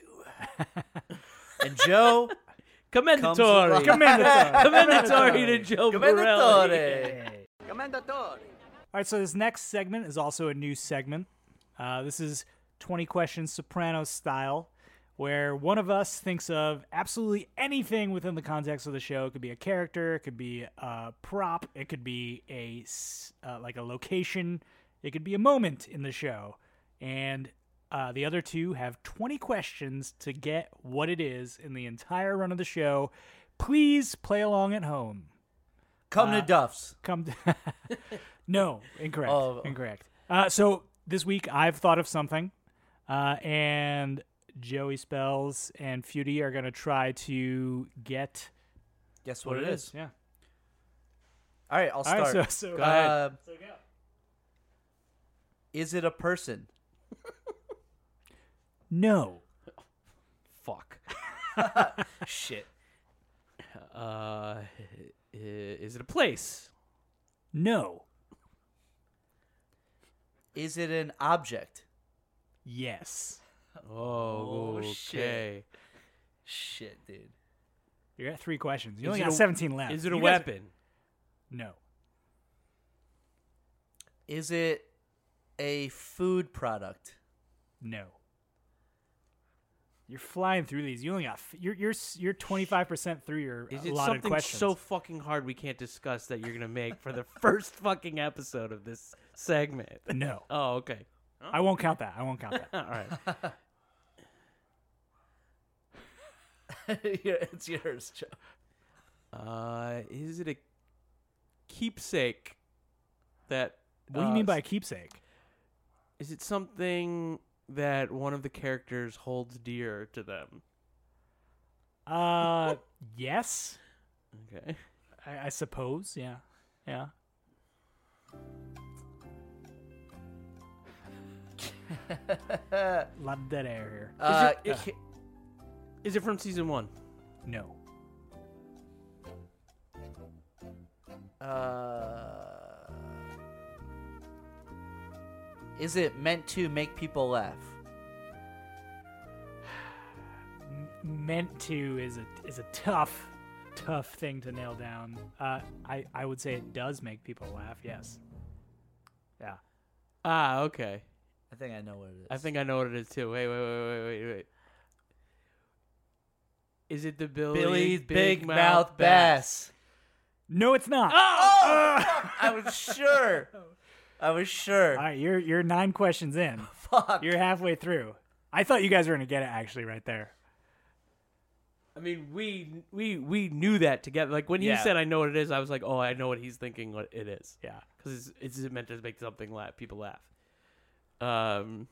Speaker 2: *laughs* and *laughs* Joe, Comes
Speaker 3: Commendatory.
Speaker 2: alive.
Speaker 4: *laughs* Commendatory.
Speaker 3: Commendatory to Joe Borelli.
Speaker 2: Commendatore.
Speaker 5: Commendatore.
Speaker 4: All right, so this next segment is also a new segment. Uh, this is 20 questions soprano style, where one of us thinks of absolutely anything within the context of the show. It could be a character, it could be a prop, it could be a s- uh, like a location, it could be a moment in the show, and uh, the other two have 20 questions to get what it is in the entire run of the show. Please play along at home
Speaker 2: Come to Duff's.
Speaker 4: come to *laughs* no incorrect
Speaker 2: Oh.
Speaker 4: incorrect uh, so this week i've thought of something uh, and joey spells and feudy are going to try to get
Speaker 2: Guess what, it is.
Speaker 4: yeah
Speaker 2: All right, I'll
Speaker 4: all
Speaker 2: start.
Speaker 4: right so, so
Speaker 3: Go ahead.
Speaker 2: Uh, Is it a person?
Speaker 4: no
Speaker 3: Fuck.
Speaker 2: Shit.
Speaker 3: Uh, *laughs* i- is it a place?
Speaker 4: no
Speaker 2: Is it an object?
Speaker 4: yes
Speaker 3: Oh,
Speaker 2: Oh,
Speaker 3: okay.
Speaker 2: shit. Shit, dude.
Speaker 4: you're at three questions
Speaker 3: Is
Speaker 4: you only
Speaker 3: it
Speaker 4: got
Speaker 3: a-
Speaker 4: 17 left
Speaker 3: Is it a
Speaker 4: You guys-
Speaker 3: weapon?
Speaker 4: no
Speaker 2: Is it a food product? *laughs*
Speaker 4: no you're flying through these. You only got f- you're you're s- you're 25% through your
Speaker 3: Is it
Speaker 4: allotted
Speaker 3: something
Speaker 4: questions.
Speaker 3: so fucking hard we can't discuss that you're gonna make for the *laughs* first fucking episode of this segment?
Speaker 4: no.
Speaker 3: *laughs* Oh, okay.
Speaker 4: I won't count that. I won't count that.
Speaker 3: *laughs* All right.
Speaker 2: Yeah, it's yours, Joe.
Speaker 3: Uh, is it a keepsake? That
Speaker 4: What do you mean
Speaker 3: uh,
Speaker 4: by a keepsake?
Speaker 3: Is it something that one of the characters holds dear to them?
Speaker 4: Uh, *laughs* yes,
Speaker 3: Okay.
Speaker 4: I, I suppose. Yeah, yeah. A lot of dead air here.
Speaker 2: Uh,
Speaker 3: it- Ah.
Speaker 2: Ki-
Speaker 3: Is it from season one?
Speaker 4: No.
Speaker 2: uh, is it meant to make people laugh?
Speaker 4: meant to is a is a tough tough thing to nail down uh i i would say it does make people laugh yes yeah
Speaker 3: Ah, okay.
Speaker 2: I think I know what it is.
Speaker 3: I think I know what it is too. Wait, wait, wait, wait, wait, wait. Is it the Billy
Speaker 2: Billy's Big, Mouth, Bass.
Speaker 4: no it's not
Speaker 2: Oh, fuck, I was sure. I was sure.
Speaker 4: all right you're you're nine questions in
Speaker 2: fuck.
Speaker 4: you're halfway through i thought you guys were gonna get it actually right there
Speaker 3: I mean, we we we knew that together. Like when
Speaker 2: Yeah.
Speaker 3: he said, "I know what it is," I was like, "Oh, I know what he's thinking. What it is."
Speaker 4: yeah
Speaker 3: because it's, it's meant to make something laugh, people laugh. Um.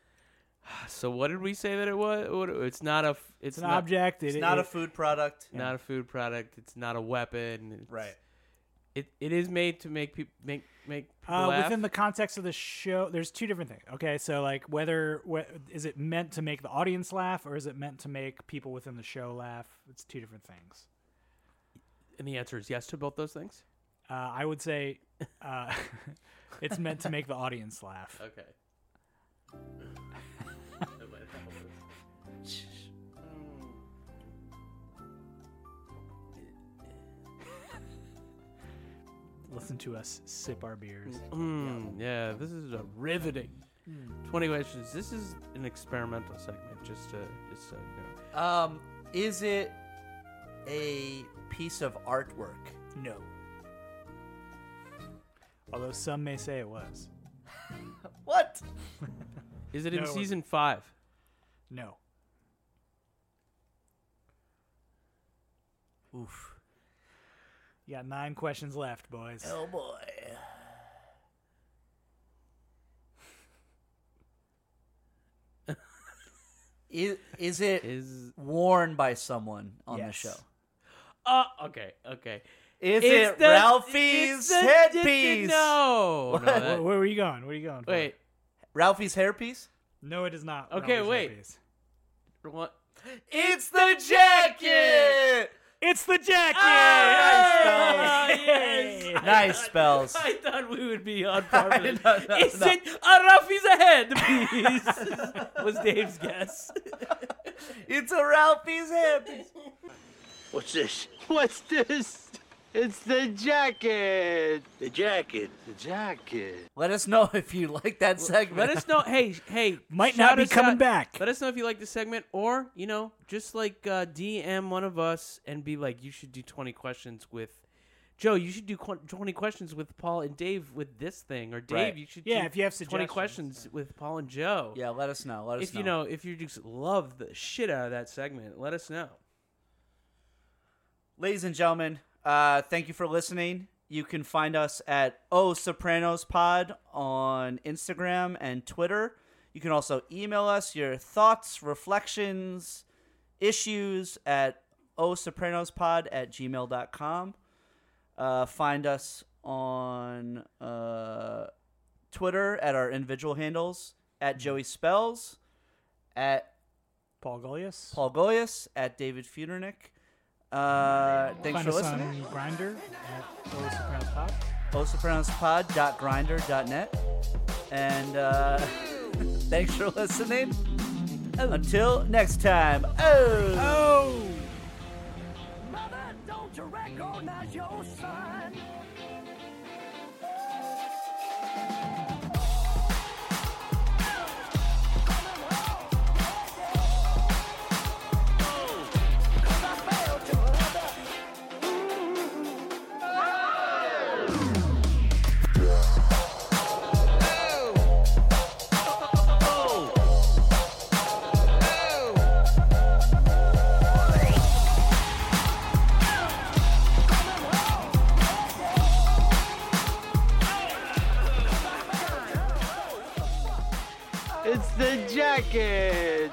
Speaker 3: *sighs* So what did we say that it was? What, it's not a. f- It's,
Speaker 4: it's an
Speaker 3: not,
Speaker 4: object it,
Speaker 2: it's not
Speaker 4: it-
Speaker 2: a food product.
Speaker 3: Not a food product. It's not a weapon. It's,
Speaker 2: Right.
Speaker 3: It it is made to make people make make people
Speaker 4: uh,
Speaker 3: laugh.
Speaker 4: within the context of the show there's two different things okay so like whether wh- is it meant to make the audience laugh or is it meant to make people within the show laugh it's two different things
Speaker 3: and the answer is yes to both those things.
Speaker 4: Uh, I would say uh, *laughs* it's meant to make the audience laugh.
Speaker 3: Okay.
Speaker 4: Listen to us sip our beers.
Speaker 3: Mm, yeah, Hmm. this is a riveting. Twenty questions. This is an experimental segment. Just to just so you know.
Speaker 2: Um, is it a piece of artwork?
Speaker 4: No. Although some may say it was.
Speaker 2: What?
Speaker 3: Is it in
Speaker 4: No, it wasn't.
Speaker 3: season five?
Speaker 4: No.
Speaker 2: Oof.
Speaker 4: You got nine questions left, boys.
Speaker 2: Oh *laughs* boy. is, is it
Speaker 3: Is
Speaker 2: worn by someone on the
Speaker 4: Yes.
Speaker 2: show?
Speaker 3: uh okay okay.
Speaker 2: Is
Speaker 3: It's
Speaker 2: it
Speaker 3: the- it's
Speaker 2: Ralphie's
Speaker 3: the-
Speaker 2: headpiece?
Speaker 3: *laughs* No, no,
Speaker 4: Wh-
Speaker 3: that-
Speaker 4: Where, were you going? What are you going for?
Speaker 3: wait.
Speaker 2: Ralphie's hairpiece?
Speaker 4: No, it is not.
Speaker 3: Okay,
Speaker 4: Robert
Speaker 3: wait.
Speaker 4: Zemeckis.
Speaker 3: What?
Speaker 2: It's the jacket!
Speaker 4: It's the jacket!
Speaker 2: Ah,
Speaker 4: Nice, fellas.
Speaker 3: *laughs* yes.
Speaker 4: Hey.
Speaker 2: Nice spells.
Speaker 3: I thought we would be *laughs* on par
Speaker 2: I
Speaker 3: with
Speaker 2: know,
Speaker 3: it.
Speaker 2: no,
Speaker 3: Is
Speaker 2: no.
Speaker 3: it a Ruffy's ahead, please? *laughs* was Dave's guess.
Speaker 2: It's a Ralphie's hairpiece.
Speaker 5: *laughs* What's this? What's this? It's the jacket. The jacket. The jacket.
Speaker 2: Let us know if you like that segment.
Speaker 3: Let us know. Hey, sh- hey.
Speaker 4: Might
Speaker 3: shout
Speaker 4: not be
Speaker 3: us
Speaker 4: coming
Speaker 3: out.
Speaker 4: back.
Speaker 3: Let us know if you like this segment, or you know, just like uh, DM one of us and be like, you should do twenty questions with. Joe, you should do qu- twenty questions with Paul and Dave with this thing, or Dave,
Speaker 2: Right.
Speaker 3: you should
Speaker 4: Yeah,
Speaker 3: do
Speaker 4: if you have
Speaker 3: twenty
Speaker 4: suggestions.
Speaker 3: questions with Paul and Joe.
Speaker 2: Yeah, let us know. Let us
Speaker 3: if you know, if you just love the shit out of that segment, let us know.
Speaker 2: Ladies and gentlemen, uh, thank you for listening. You can find us at O Sopranos Pod on Instagram and Twitter. You can also email us your thoughts, reflections, issues at osopranospod at gmail.com. Uh, find us on uh, Twitter at our individual handles at Joey Spells, at
Speaker 4: Paul Golias.
Speaker 2: Paul Goyas, at David Futernick. Uh, thanks
Speaker 4: Find
Speaker 2: for
Speaker 4: us
Speaker 2: listening.
Speaker 4: on Grinder at Los Sopranos Pod.
Speaker 2: postapprenticepod.grinder.net. And uh, *laughs* thanks for listening. Until next time. Oh.
Speaker 5: Mother, don't you recognize your son? It's the jacket.